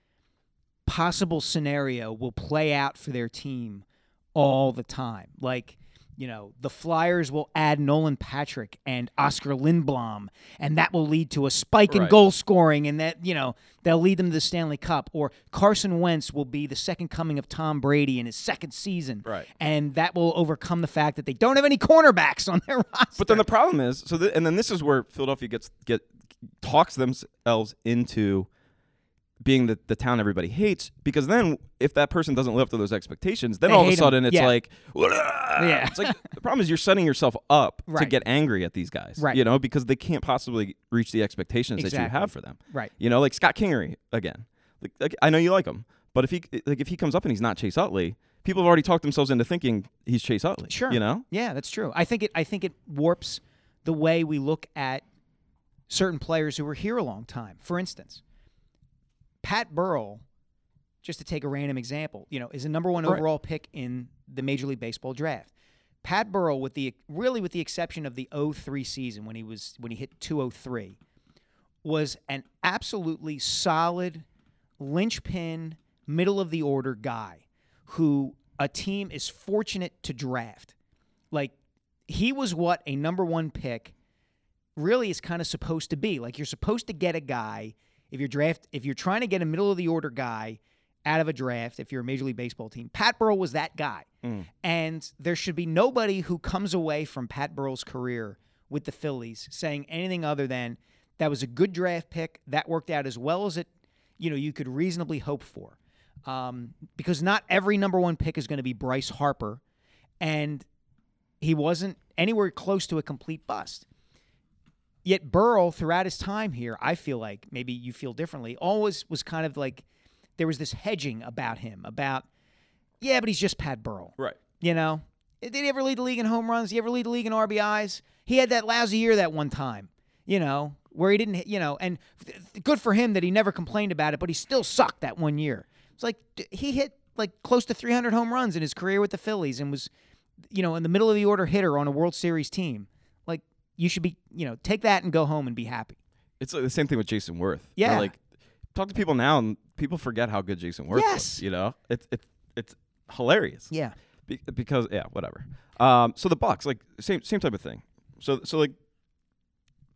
Speaker 5: possible scenario will play out for their team all the time. Like, you know, the Flyers will add Nolan Patrick and Oscar Lindblom, and that will lead to a spike in
Speaker 4: Right.
Speaker 5: goal scoring, and that, you know, they'll lead them to the Stanley Cup. Or Carson Wentz will be the second coming of Tom Brady in his second season.
Speaker 4: Right.
Speaker 5: And that will overcome the fact that they don't have any cornerbacks on their (laughs) roster.
Speaker 4: But then the problem is so, th- and then this is where Philadelphia gets get talks themselves into being the, the town everybody hates because then if that person doesn't live up to those expectations, then
Speaker 5: They
Speaker 4: all of
Speaker 5: hate
Speaker 4: a
Speaker 5: 'em.
Speaker 4: sudden it's
Speaker 5: Yeah.
Speaker 4: like, yeah. It's like the problem is you're setting yourself up to
Speaker 5: Right.
Speaker 4: get angry at these guys,
Speaker 5: Right.
Speaker 4: You know because they can't possibly reach the expectations that you
Speaker 5: Exactly.
Speaker 4: have for them,
Speaker 5: Right.
Speaker 4: You know, like Scott Kingery again. Like, like I know you like him, but if he like if he comes up and he's not Chase Utley, people have already talked themselves into thinking he's Chase Utley.
Speaker 5: Sure.
Speaker 4: you know.
Speaker 5: Yeah, that's true. I think it. I think it warps the way we look at certain players who were here a long time. For instance, Pat Burrell, just to take a random example, you know, is a number one
Speaker 4: Right.
Speaker 5: overall pick in the Major League Baseball draft. Pat Burrell, with the really with the exception of the 03 season when he was when he hit 203, was an absolutely solid linchpin, middle of the order guy who a team is fortunate to draft. Like he was what a number one pick really is kind of supposed to be. Like you're supposed to get a guy if you're draft if you're trying to get a middle of the order guy out of a draft if you're a Major League Baseball team. Pat Burrow was that guy.
Speaker 4: Mm.
Speaker 5: And there should be nobody who comes away from Pat Burrow's career with the Phillies saying anything other than that was a good draft pick. That worked out as well as it, you know, you could reasonably hope for. Um, because not every number one pick is going to be Bryce Harper. And he wasn't anywhere close to a complete bust. Yet Burrow, throughout his time here, I feel like maybe you feel differently, always was kind of like there was this hedging about him, about, yeah, but he's just Pat Burrow.
Speaker 4: Right.
Speaker 5: You know, did he ever lead the league in home runs? Did he ever lead the league in RBIs? He had that lousy year that one time, you know, where he didn't, hit- you know, and th- th- good for him that he never complained about it, but he still sucked that one year. It's like d- he hit like close to 300 home runs in his career with the Phillies and was, you know, in the middle of the order hitter on a World Series team. Like, you should be, you know, take that and go home and be happy.
Speaker 4: It's like the same thing with Jason Worth. They're
Speaker 5: Yeah.
Speaker 4: Like talk to people now and people forget how good Jason Worth
Speaker 5: Yes.
Speaker 4: was, you know? It's it's it's hilarious.
Speaker 5: Yeah.
Speaker 4: Be- because yeah, whatever. Um so the Bucks like same same type of thing. So so like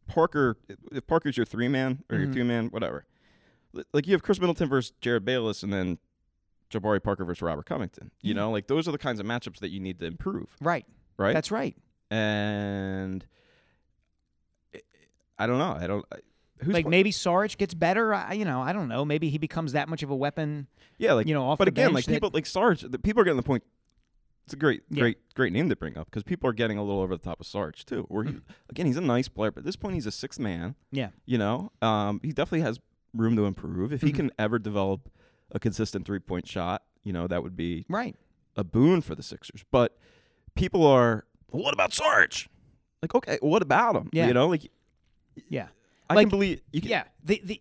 Speaker 4: Parker if Parker's your 3 man or
Speaker 5: Mm-hmm.
Speaker 4: your 2 man, whatever. Li- Like you have Chris Middleton versus Jared Bayless and then Jabari Parker versus Robert Covington. You
Speaker 5: Mm-hmm.
Speaker 4: know, like those are the kinds of matchups that you need to improve,
Speaker 5: Right.
Speaker 4: right?
Speaker 5: That's right.
Speaker 4: and I- I don't know. I don't. I- Who's
Speaker 5: like
Speaker 4: pl-
Speaker 5: maybe Saric gets better. I, you know, I don't know. Maybe he becomes that much of a weapon.
Speaker 4: Yeah, like
Speaker 5: you know, off
Speaker 4: But
Speaker 5: the
Speaker 4: again,
Speaker 5: bench
Speaker 4: like
Speaker 5: that-
Speaker 4: people like Sarge, the people are getting the point. It's a great,
Speaker 5: Yeah.
Speaker 4: great, great name to bring up because people are getting a little over the top of Sarge too. Where he,
Speaker 5: Hmm.
Speaker 4: again, he's a nice player, but at this point, he's a sixth man.
Speaker 5: Yeah.
Speaker 4: You know, um, he definitely has room to improve. If he
Speaker 5: Hmm.
Speaker 4: can ever develop a consistent three point shot, you know, that would be
Speaker 5: Right.
Speaker 4: a boon for the Sixers. But people are, "Well, what about Sarge? Like, okay, what about him?
Speaker 5: Yeah.
Speaker 4: You know, like
Speaker 5: Yeah.
Speaker 4: I
Speaker 5: Like,
Speaker 4: can believe. You can,
Speaker 5: Yeah. The, the,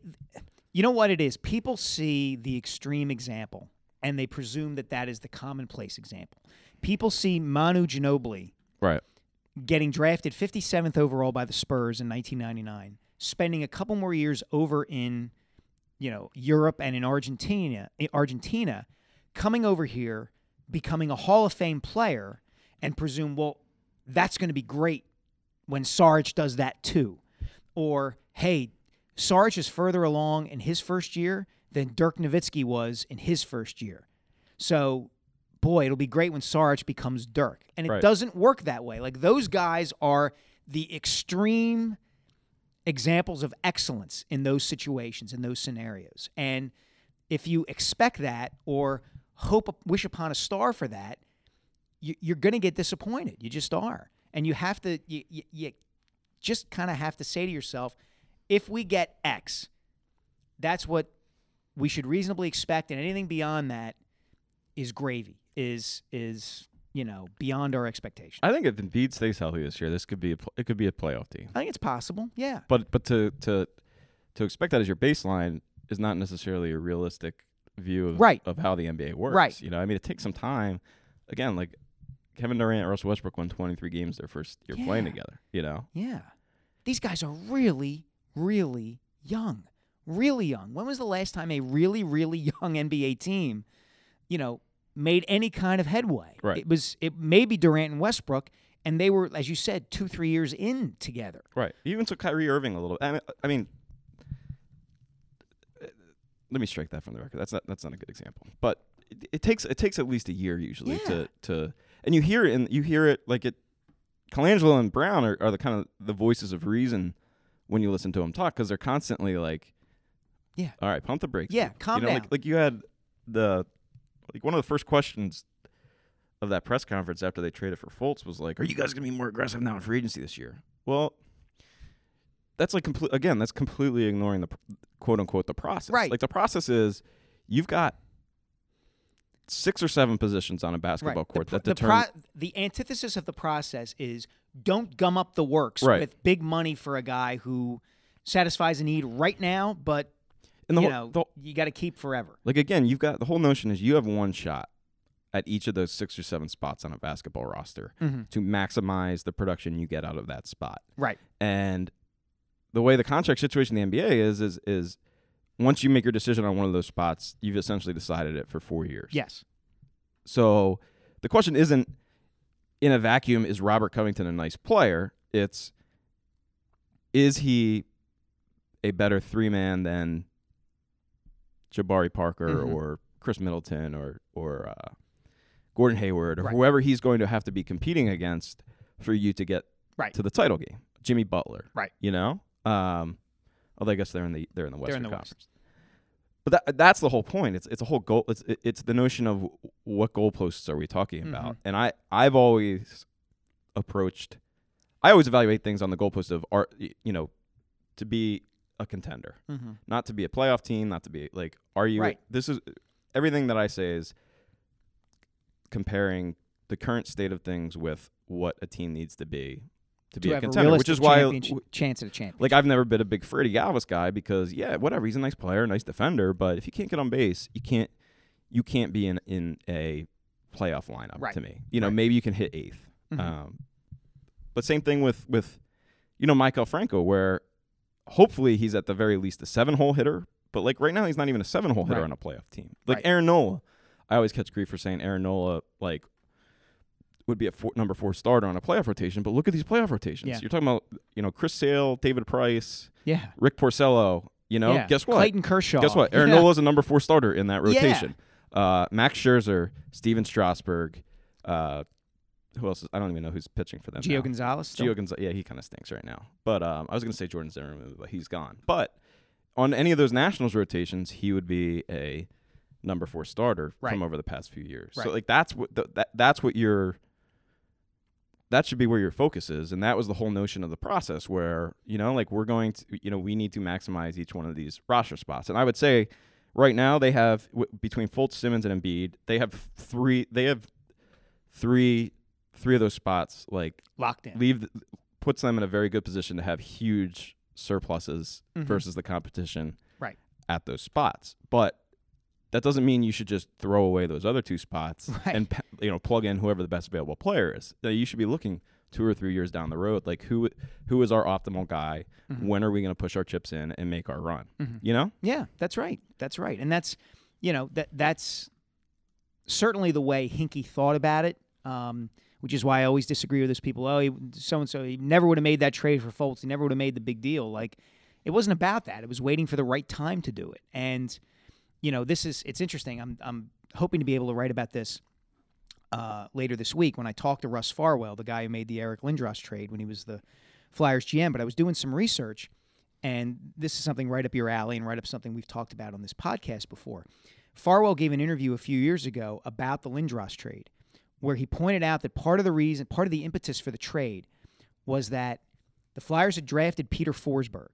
Speaker 5: you know what it is? People see the extreme example and they presume that that is the commonplace example. People see Manu Ginobili
Speaker 4: Right.
Speaker 5: getting drafted 57th overall by the Spurs in 1999, spending a couple more years over in, you know, Europe and in Argentina, in Argentina, coming over here, becoming a Hall of Fame player, and presume, well, that's going to be great when Sarge does that too, or hey, Sarge is further along in his first year than Dirk Nowitzki was in his first year, so. Boy, it'll be great when Sarge becomes Dirk. And it
Speaker 4: Right.
Speaker 5: does doesn't work that way. Like those guys are the extreme examples of excellence in those situations, in those scenarios. And if you expect that or hope, wish upon a star for that, you, you're going to get disappointed. You just are. And you have to, you, you, you just kind of have to say to yourself, if we get X, that's what we should reasonably expect. And anything beyond that is gravy, is, is, you know, beyond our expectation.
Speaker 4: I think if Embiid stays healthy this year, this could be a pl- it could be a playoff team.
Speaker 5: I think it's possible. Yeah.
Speaker 4: But but to to to expect that as your baseline is not necessarily a realistic view of
Speaker 5: Right.
Speaker 4: of how the NBA works.
Speaker 5: Right.
Speaker 4: You know, I mean, it takes some time. Again, like Kevin Durant, Russell Westbrook won 23 games their first year playing
Speaker 5: Yeah.
Speaker 4: together. You know,
Speaker 5: Yeah. These guys are really, really young. Really young. When was the last time a really, really (laughs) young NBA team, you know, made any kind of headway?
Speaker 4: Right.
Speaker 5: It was it maybe Durant and Westbrook, and they were, as you said, two, three years in together.
Speaker 4: right? Even so, Kyrie Irving a little. I mean, I mean, uh, let me strike that from the record. That's not that's not a good example. But it, it takes it takes at least a year usually
Speaker 5: Yeah.
Speaker 4: to to and you hear it and you hear it like it. Colangelo and Brown are, are the kind of the voices of reason when you listen to them talk because they're constantly like,
Speaker 5: Yeah.
Speaker 4: all right, pump the brakes.
Speaker 5: Yeah,
Speaker 4: dude."
Speaker 5: calm
Speaker 4: you know,
Speaker 5: down.
Speaker 4: Like, like you had the like one of the first questions of that press conference after they traded for Fultz was like, "Are you guys going to be more aggressive now in free agency this year?" Well, that's like complete again. That's completely ignoring the pr- quote unquote the process.
Speaker 5: Right.
Speaker 4: Like the process is you've got six or seven positions on a basketball court
Speaker 5: The,
Speaker 4: that
Speaker 5: pro- the,
Speaker 4: determine
Speaker 5: pro- the antithesis of the process is don't gum up the works
Speaker 4: Right.
Speaker 5: with big money for a guy who satisfies a need right now, but
Speaker 4: and the
Speaker 5: you
Speaker 4: whole-
Speaker 5: know
Speaker 4: the whole-
Speaker 5: you got to keep forever.
Speaker 4: Like again, you've got the whole notion is you have one shot at each of those six or seven spots on a basketball roster
Speaker 5: Mm-hmm.
Speaker 4: to maximize the production you get out of that spot.
Speaker 5: Right.
Speaker 4: And the way the contract situation in the NBA is is is once you make your decision on one of those spots, you've essentially decided it for four years.
Speaker 5: Yes.
Speaker 4: So the question isn't in a vacuum is Robert Covington a nice player? It's is he a better three man than Jabari Parker
Speaker 5: Mhm.
Speaker 4: or Chris Middleton or or uh, Gordon Hayward or
Speaker 5: Right.
Speaker 4: whoever he's going to have to be competing against for you to get
Speaker 5: Right.
Speaker 4: to the title game. Jimmy Butler,
Speaker 5: Right.
Speaker 4: You know, um, although I guess they're in the they're in the Western
Speaker 5: They're in the
Speaker 4: Conference.
Speaker 5: West.
Speaker 4: But that, that's the whole point. It's it's a whole goal. It's it- it's the notion of what goalposts are we talking
Speaker 5: Mm-hmm.
Speaker 4: about? And I I've always approached. I always evaluate things on the goalpost of are y- you know to be a contender, not to be a playoff team, not to be like are you?
Speaker 5: Mm-hmm. Right.
Speaker 4: This is everything that I say is comparing the current state of things with what a team needs to be to, be
Speaker 5: to
Speaker 4: a
Speaker 5: have a
Speaker 4: contender, which
Speaker 5: realistic
Speaker 4: is why
Speaker 5: championship- chance at a champion.
Speaker 4: like I've never been a big Freddy Galvis guy because yeah, whatever. He's a nice player, nice defender, but if you can't get on base, you can't you can't be in in a playoff lineup
Speaker 5: Right. Mm-hmm.
Speaker 4: to me. You know, maybe you can hit 8th Um, but same thing with with you know Michael Franco, where hopefully he's at the very least a seven hole hitter. But like right now, he's not even a seven hole hitter
Speaker 5: Right.
Speaker 4: on a playoff team. Like
Speaker 5: Right.
Speaker 4: Aaron Nola, I always catch grief for saying Aaron Nola like would be a four, number four starter on a playoff rotation. But look at these playoff rotations.
Speaker 5: Yeah.
Speaker 4: You're talking about you know Chris Sale, David Price,
Speaker 5: yeah.
Speaker 4: Rick Porcello. You know,
Speaker 5: yeah.
Speaker 4: guess what?
Speaker 5: Clayton Kershaw.
Speaker 4: Guess what? Aaron
Speaker 5: Yeah.
Speaker 4: Nola's a number four starter in that
Speaker 5: Yeah.
Speaker 4: rotation. Uh, Max Scherzer, Steven Strasberg, uh, who else? Is, I don't even know who's pitching for them.
Speaker 5: Gio
Speaker 4: now.
Speaker 5: Gonzalez. still?
Speaker 4: Gio Gonzalez, yeah, he kind of stinks right now. But um, I was going to say Jordan Zimmerman, but he's gone. But on any of those Nationals rotations, he would be a number four starter
Speaker 5: Right.
Speaker 4: from over the past few years.
Speaker 5: Right.
Speaker 4: So like that's what the, that that's what your that should be where your focus is, and that was the whole notion of the process where you know like we're going to you know we need to maximize each one of these roster spots, and I would say. Right now, they have w- between Fultz, Simmons, and Embiid. They have three. They have three, three of those spots like
Speaker 5: locked in.
Speaker 4: leave puts them in a very good position to have huge surpluses versus the competition
Speaker 5: Mm-hmm. Right.
Speaker 4: at those spots. But that doesn't mean you should just throw away those other two spots
Speaker 5: (laughs) Right.
Speaker 4: and pa- you know plug in whoever the best available player is. Now, You should be looking two or three years down the road, like who who is our optimal guy?
Speaker 5: Mm-hmm.
Speaker 4: When are we going to push our chips in and make our run? You know,
Speaker 5: Yeah, that's right. That's right. And that's, you know, that that's certainly the way Hinky thought about it, um, which is why I always disagree with those people. Oh, so and so, he never would have made that trade for Fultz. He never would have made the big deal. Like, it wasn't about that. It was waiting for the right time to do it. And, you know, this is, it's interesting. I'm, I'm hoping to be able to write about this uh, later this week when I talked to Russ Farwell, the guy who made the Eric Lindros trade when he was the Flyers GM. But I was doing some research, and this is something right up your alley and right up something we've talked about on this podcast before. Farwell gave an interview a few years ago about the Lindros trade, where he pointed out that part of the reason, part of the impetus for the trade was that the Flyers had drafted Peter Forsberg,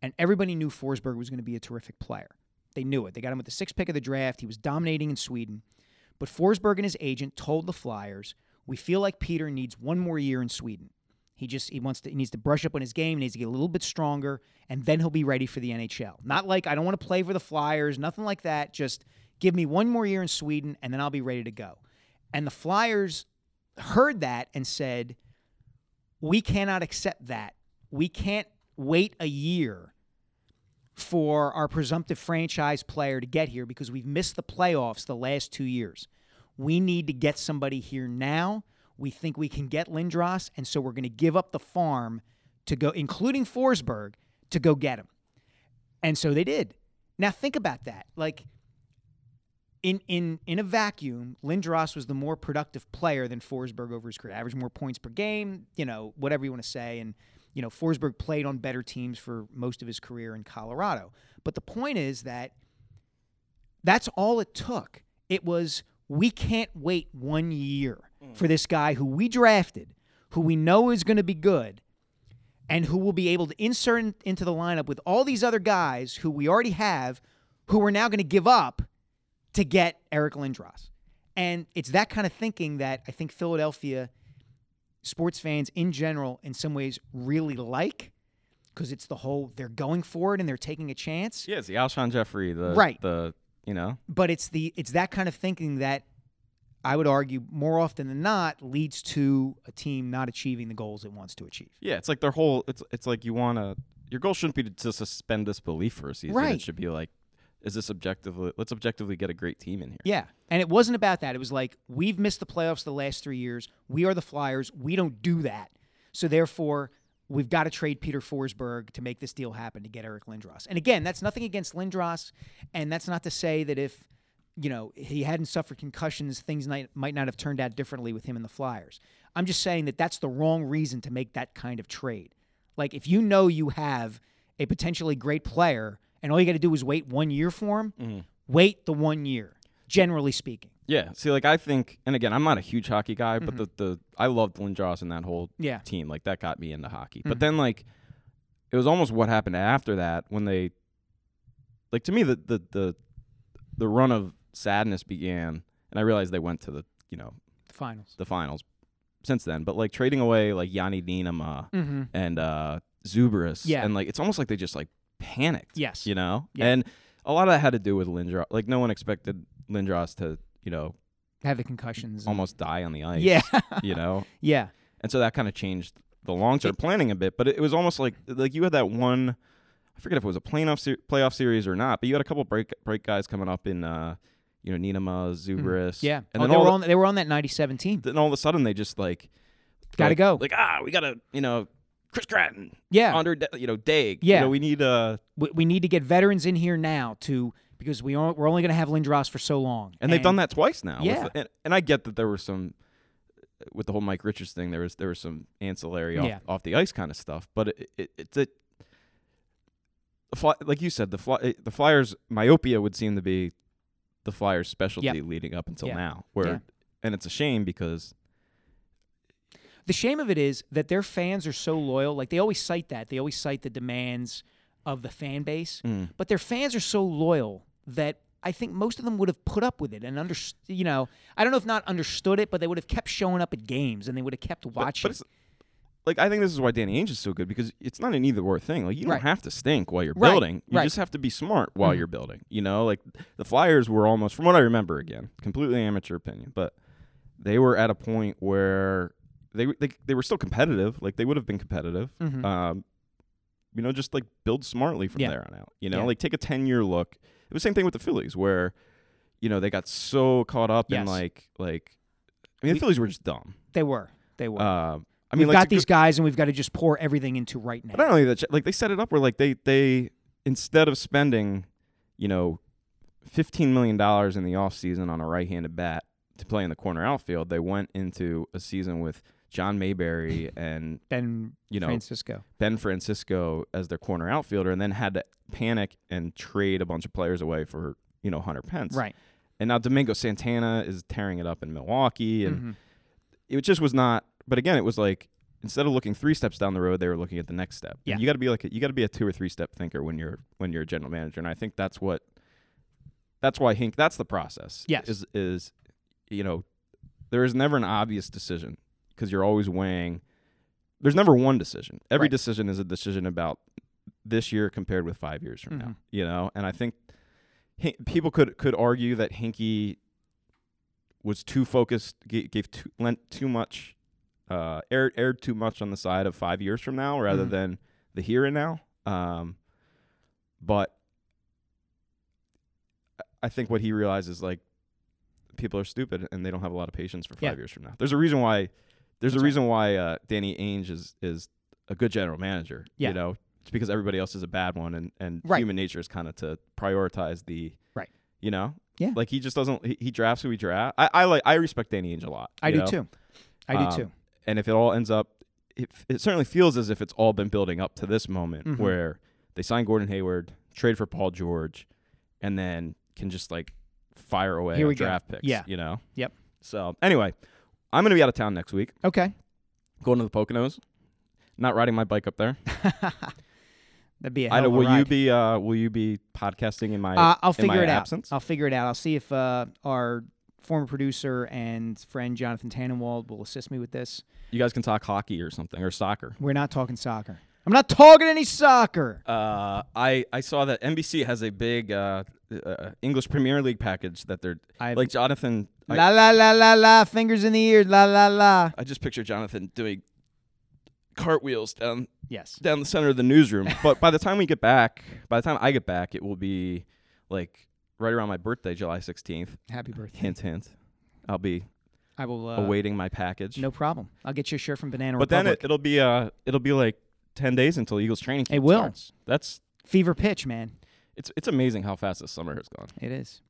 Speaker 5: and everybody knew Forsberg was going to be a terrific player. They knew it. They got him with the sixth pick of the draft. He was dominating in Sweden. But Forsberg and his agent told the Flyers, "We feel like Peter needs one more year in Sweden. He just he wants to he needs to brush up on his game, needs to get a little bit stronger, and then he'll be ready for the NHL. Not like I don't want to play for the Flyers, nothing like that. Just give me one more year in Sweden, and then I'll be ready to go." And the Flyers heard that and said, "We cannot accept that. We can't wait a year." for our presumptive franchise player to get here because we've missed the playoffs the last two years. We need to get somebody here now. We think we can get Lindros, and so we're going to give up the farm to go, including Forsberg, to go get him. And so they did. Now think about that. Like in in in a vacuum, Lindros was the more productive player than Forsberg over his career. Averaged more points per game, you know, whatever you want to say. And you know, Forsberg played on better teams for most of his career in Colorado. But the point is that that's all it took. It was we can't wait one year for this guy who we drafted, who we know is going to be good, and who will be able to insert in- into the lineup with all these other guys who we already have, who we're now going to give up to get Eric Lindros. And it's that kind of thinking that I think Philadelphia sports fans in general, in some ways, really like because it's the whole they're going for it and they're taking a chance
Speaker 4: yeah, it's the Alshon Jeffrey, the
Speaker 5: Right.
Speaker 4: the you know
Speaker 5: but it's the it's that kind of thinking that I would argue more often than not leads to a team not achieving the goals it wants to achieve.
Speaker 4: Yeah, it's like their whole. It's it's like you want to. Your goal shouldn't be to, to suspend disbelief for a season.
Speaker 5: Right.
Speaker 4: It should be like, is this objectively? Let's objectively get a great team in here.
Speaker 5: Yeah. And it wasn't about that. It was like we've missed the playoffs the last 3 years. We are the Flyers. We don't do that. So therefore, we've got to trade Peter Forsberg to make this deal happen to get Eric Lindros. And again, that's nothing against Lindros and that's not to say that if you know, he hadn't suffered concussions, things might, might not have turned out differently with him and the Flyers. I'm just saying that that's the wrong reason to make that kind of trade. Like, if you know you have a potentially great player and all you got to do is wait one year for him, wait the one year, generally speaking.
Speaker 4: Yeah. See, like I think, and again, I'm not a huge hockey guy, but the the I loved Lindros and that whole
Speaker 5: Yeah.
Speaker 4: team. Like that got me into hockey. But then like it was almost what happened after that when they like to me the the the the run of sadness began, and I realized they went to the you know
Speaker 5: The finals.
Speaker 4: the finals since then. But like trading away like Yanni Dinama
Speaker 5: Mm-hmm.
Speaker 4: and uh Zubrus,
Speaker 5: Yeah.
Speaker 4: and like it's almost like they just like panicked.
Speaker 5: Yes.
Speaker 4: you know,
Speaker 5: Yeah.
Speaker 4: and a lot of that had to do with Lindros. Like no one expected Lindros to you know
Speaker 5: Have the concussions. and-
Speaker 4: almost die on the ice.
Speaker 5: Yeah. (laughs)
Speaker 4: you know,
Speaker 5: yeah.
Speaker 4: and so that kind of changed the long term planning a bit. But it, it was almost like like you had that one. I forget if it was a playoff ser- playoff series or not, but you had a couple break break guys coming up in, uh, you know, Ninema, Zubris,
Speaker 5: Yeah.
Speaker 4: and
Speaker 5: oh,
Speaker 4: then
Speaker 5: they,
Speaker 4: all
Speaker 5: were
Speaker 4: the-
Speaker 5: on, they were on that 97 team.
Speaker 4: then all of a sudden they just like
Speaker 5: Gotta
Speaker 4: like-
Speaker 5: go.
Speaker 4: like ah we gotta you know Chris Gratton
Speaker 5: Yeah.
Speaker 4: under you know Dag
Speaker 5: Yeah.
Speaker 4: you know, we need uh
Speaker 5: we, we need to get veterans in here now to because we aren't, we're only going to have Lindros for so long.
Speaker 4: and, they've done that twice now with
Speaker 5: Yeah.
Speaker 4: the- and, and I get that there were some with the whole Mike Richards thing there was there was some ancillary off,
Speaker 5: Yeah.
Speaker 4: off the ice kind of stuff but it, it, it's a the fly, like you said the fly, it- the Flyers myopia would seem to be the Flyers specialty leading up until
Speaker 5: Yeah.
Speaker 4: now where
Speaker 5: Yeah.
Speaker 4: and it's a shame because
Speaker 5: The shame of it is that their fans are so loyal. Like they always cite that. They always cite the demands of the fan base,
Speaker 4: Mm.
Speaker 5: but their fans are so loyal that I think most of them would have put up with it and under you know I don't know if not understood it, but they would have kept showing up at games and they would have kept
Speaker 4: but,
Speaker 5: watching.
Speaker 4: but it's like I think this is why Danny Ainge is so good because it's not an either or thing. Like you don't
Speaker 5: Right.
Speaker 4: have to stink while you're
Speaker 5: Right,
Speaker 4: building. You
Speaker 5: right. Mm-hmm.
Speaker 4: just have to be smart while you're building. You know, like the Flyers were almost from what I remember again, completely amateur opinion, but they were at a point where they they they were still competitive. Like they would have been competitive. Um you know, just like build smartly from
Speaker 5: Mm-hmm. Yeah.
Speaker 4: there on out. You know,
Speaker 5: Yeah.
Speaker 4: like take a 10-year look. It was the same thing with the Phillies where you know, they got so caught up in
Speaker 5: Yes.
Speaker 4: like like I mean, the Phillies were just dumb.
Speaker 5: they were. They were.
Speaker 4: Um I
Speaker 5: we've
Speaker 4: mean, like
Speaker 5: got
Speaker 4: to go-
Speaker 5: these guys, and we've got to just pour everything into right now.
Speaker 4: but not only that, like they set it up where like they they instead of spending, you know, fifteen million dollars in the offseason on a right-handed bat to play in the corner outfield, they went into a season with John
Speaker 5: (clears throat)
Speaker 4: Mayberry and
Speaker 5: Ben
Speaker 4: you know
Speaker 5: Francisco.
Speaker 4: Ben Francisco as their corner outfielder, and then had to panic and trade a bunch of players away for you know Hunter Pence.
Speaker 5: Right.
Speaker 4: And now Domingo Santana is tearing it up in Milwaukee, and
Speaker 5: Mm-hmm.
Speaker 4: it just was not. But again, it was like instead of looking three steps down the road, they were looking at the next step.
Speaker 5: Yeah.
Speaker 4: you got to be like a, you got to be a two or three step thinker when you're when you're a general manager, and I think that's what that's why Hink. That's the process.
Speaker 5: Yes.
Speaker 4: is is you know there is never an obvious decision because you're always weighing. There's never one decision. Every
Speaker 5: Right.
Speaker 4: decision is a decision about this year compared with five years from
Speaker 5: Mm-hmm.
Speaker 4: now. You know, and I think Hin- people could could argue that Hinky was too focused, gave, gave too, lent too much, uh, aired aired too much on the side of five years from now rather
Speaker 5: Mhm.
Speaker 4: than the here and now. Um, but I- I think what he realizes like people are stupid and they don't have a lot of patience for
Speaker 5: Yeah.
Speaker 4: five years from now. There's a reason why. There's
Speaker 5: That's
Speaker 4: a
Speaker 5: right.
Speaker 4: reason why uh, Danny Ainge is is a good general manager.
Speaker 5: Yeah.
Speaker 4: You know, it's because everybody else is a bad one, and and
Speaker 5: Right.
Speaker 4: human nature is kind of to prioritize the
Speaker 5: Right.
Speaker 4: You know.
Speaker 5: Yeah.
Speaker 4: Like he just doesn't. He, he drafts who he draft. I, I like. I respect Danny Ainge a lot.
Speaker 5: I
Speaker 4: you
Speaker 5: do
Speaker 4: know?
Speaker 5: too. I
Speaker 4: Um,
Speaker 5: do too.
Speaker 4: And if it all ends up, it, it certainly feels as if it's all been building up to this moment
Speaker 5: Mhm.
Speaker 4: where they sign Gordon Hayward, trade for Paul George, and then can just like fire away
Speaker 5: Here
Speaker 4: at
Speaker 5: we go.
Speaker 4: draft picks.
Speaker 5: Yeah.
Speaker 4: You know.
Speaker 5: Yep.
Speaker 4: So anyway, I'm gonna be out of town next week.
Speaker 5: Okay,
Speaker 4: Going to the Poconos. Not riding my bike up there.
Speaker 5: that'd be a hell
Speaker 4: Ida,
Speaker 5: of a
Speaker 4: will you
Speaker 5: ride.
Speaker 4: be uh, will you be podcasting in my
Speaker 5: Uh, I'll
Speaker 4: in
Speaker 5: figure
Speaker 4: my
Speaker 5: it
Speaker 4: absence?
Speaker 5: out. I'll figure it out. I'll see if uh, our former producer and friend Jonathan Tannenwald will assist me with this.
Speaker 4: You guys can talk hockey or something or soccer.
Speaker 5: We're not talking soccer. I'm not talking any soccer.
Speaker 4: Uh, I I saw that NBC has a big uh, uh, English Premier League package that they're
Speaker 5: I've-
Speaker 4: like Jonathan. I,
Speaker 5: la la la la la. Fingers in the ears. La la la.
Speaker 4: I just picture Jonathan doing cartwheels down
Speaker 5: Yes.
Speaker 4: down the center of the
Speaker 5: (laughs)
Speaker 4: newsroom. but by the time we get back, by the time I get back, it will be like right around my birthday, July sixteenth.
Speaker 5: Happy birthday.
Speaker 4: Hint, hint. I'll be
Speaker 5: I will. Uh,
Speaker 4: awaiting my package.
Speaker 5: No problem. I'll get you a shirt from Banana
Speaker 4: But then
Speaker 5: Republic.
Speaker 4: it, it'll be uh it'll be like ten days until Eagles training camp
Speaker 5: will.
Speaker 4: starts. That's
Speaker 5: Fever pitch, man.
Speaker 4: it's it's amazing how fast this summer has gone.
Speaker 5: It is.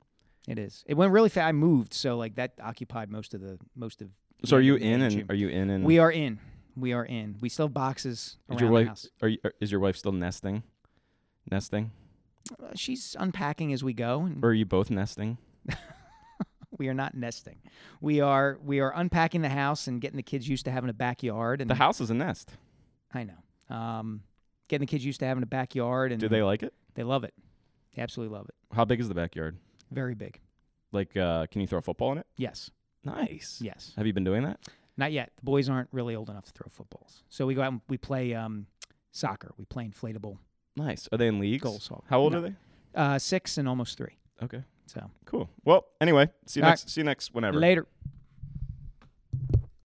Speaker 5: It is. It went really fast. I moved, so like that occupied most of the most of. the
Speaker 4: So are
Speaker 5: end
Speaker 4: you
Speaker 5: of May
Speaker 4: in? And
Speaker 5: June.
Speaker 4: are you in? And
Speaker 5: we are in. We are in. We still have
Speaker 4: Is
Speaker 5: boxes around
Speaker 4: your
Speaker 5: the
Speaker 4: wife?
Speaker 5: house.
Speaker 4: Are you, are- is your wife still nesting? Nesting,
Speaker 5: Uh, She's unpacking as we go, and
Speaker 4: or are you both nesting?
Speaker 5: we are not nesting. We are we are unpacking the house and getting the kids used to having a backyard. And
Speaker 4: The house is a nest.
Speaker 5: I know. Um, getting the kids used to having a backyard, and
Speaker 4: Do they like it?
Speaker 5: They love it. They absolutely love it.
Speaker 4: How big is the backyard?
Speaker 5: Very big.
Speaker 4: Like, uh, can you throw a football in it?
Speaker 5: Yes.
Speaker 4: Nice.
Speaker 5: Yes.
Speaker 4: Have you been doing that?
Speaker 5: Not yet. The boys aren't really old enough to throw footballs. So we go out and we play um, soccer. We play inflatable.
Speaker 4: Nice. Are they in leagues?
Speaker 5: Goal soccer.
Speaker 4: How old
Speaker 5: No.
Speaker 4: are they?
Speaker 5: Uh, six and almost three.
Speaker 4: Okay.
Speaker 5: So
Speaker 4: Cool. Well, anyway, see you
Speaker 5: All
Speaker 4: next. See you next. Whenever.
Speaker 5: later.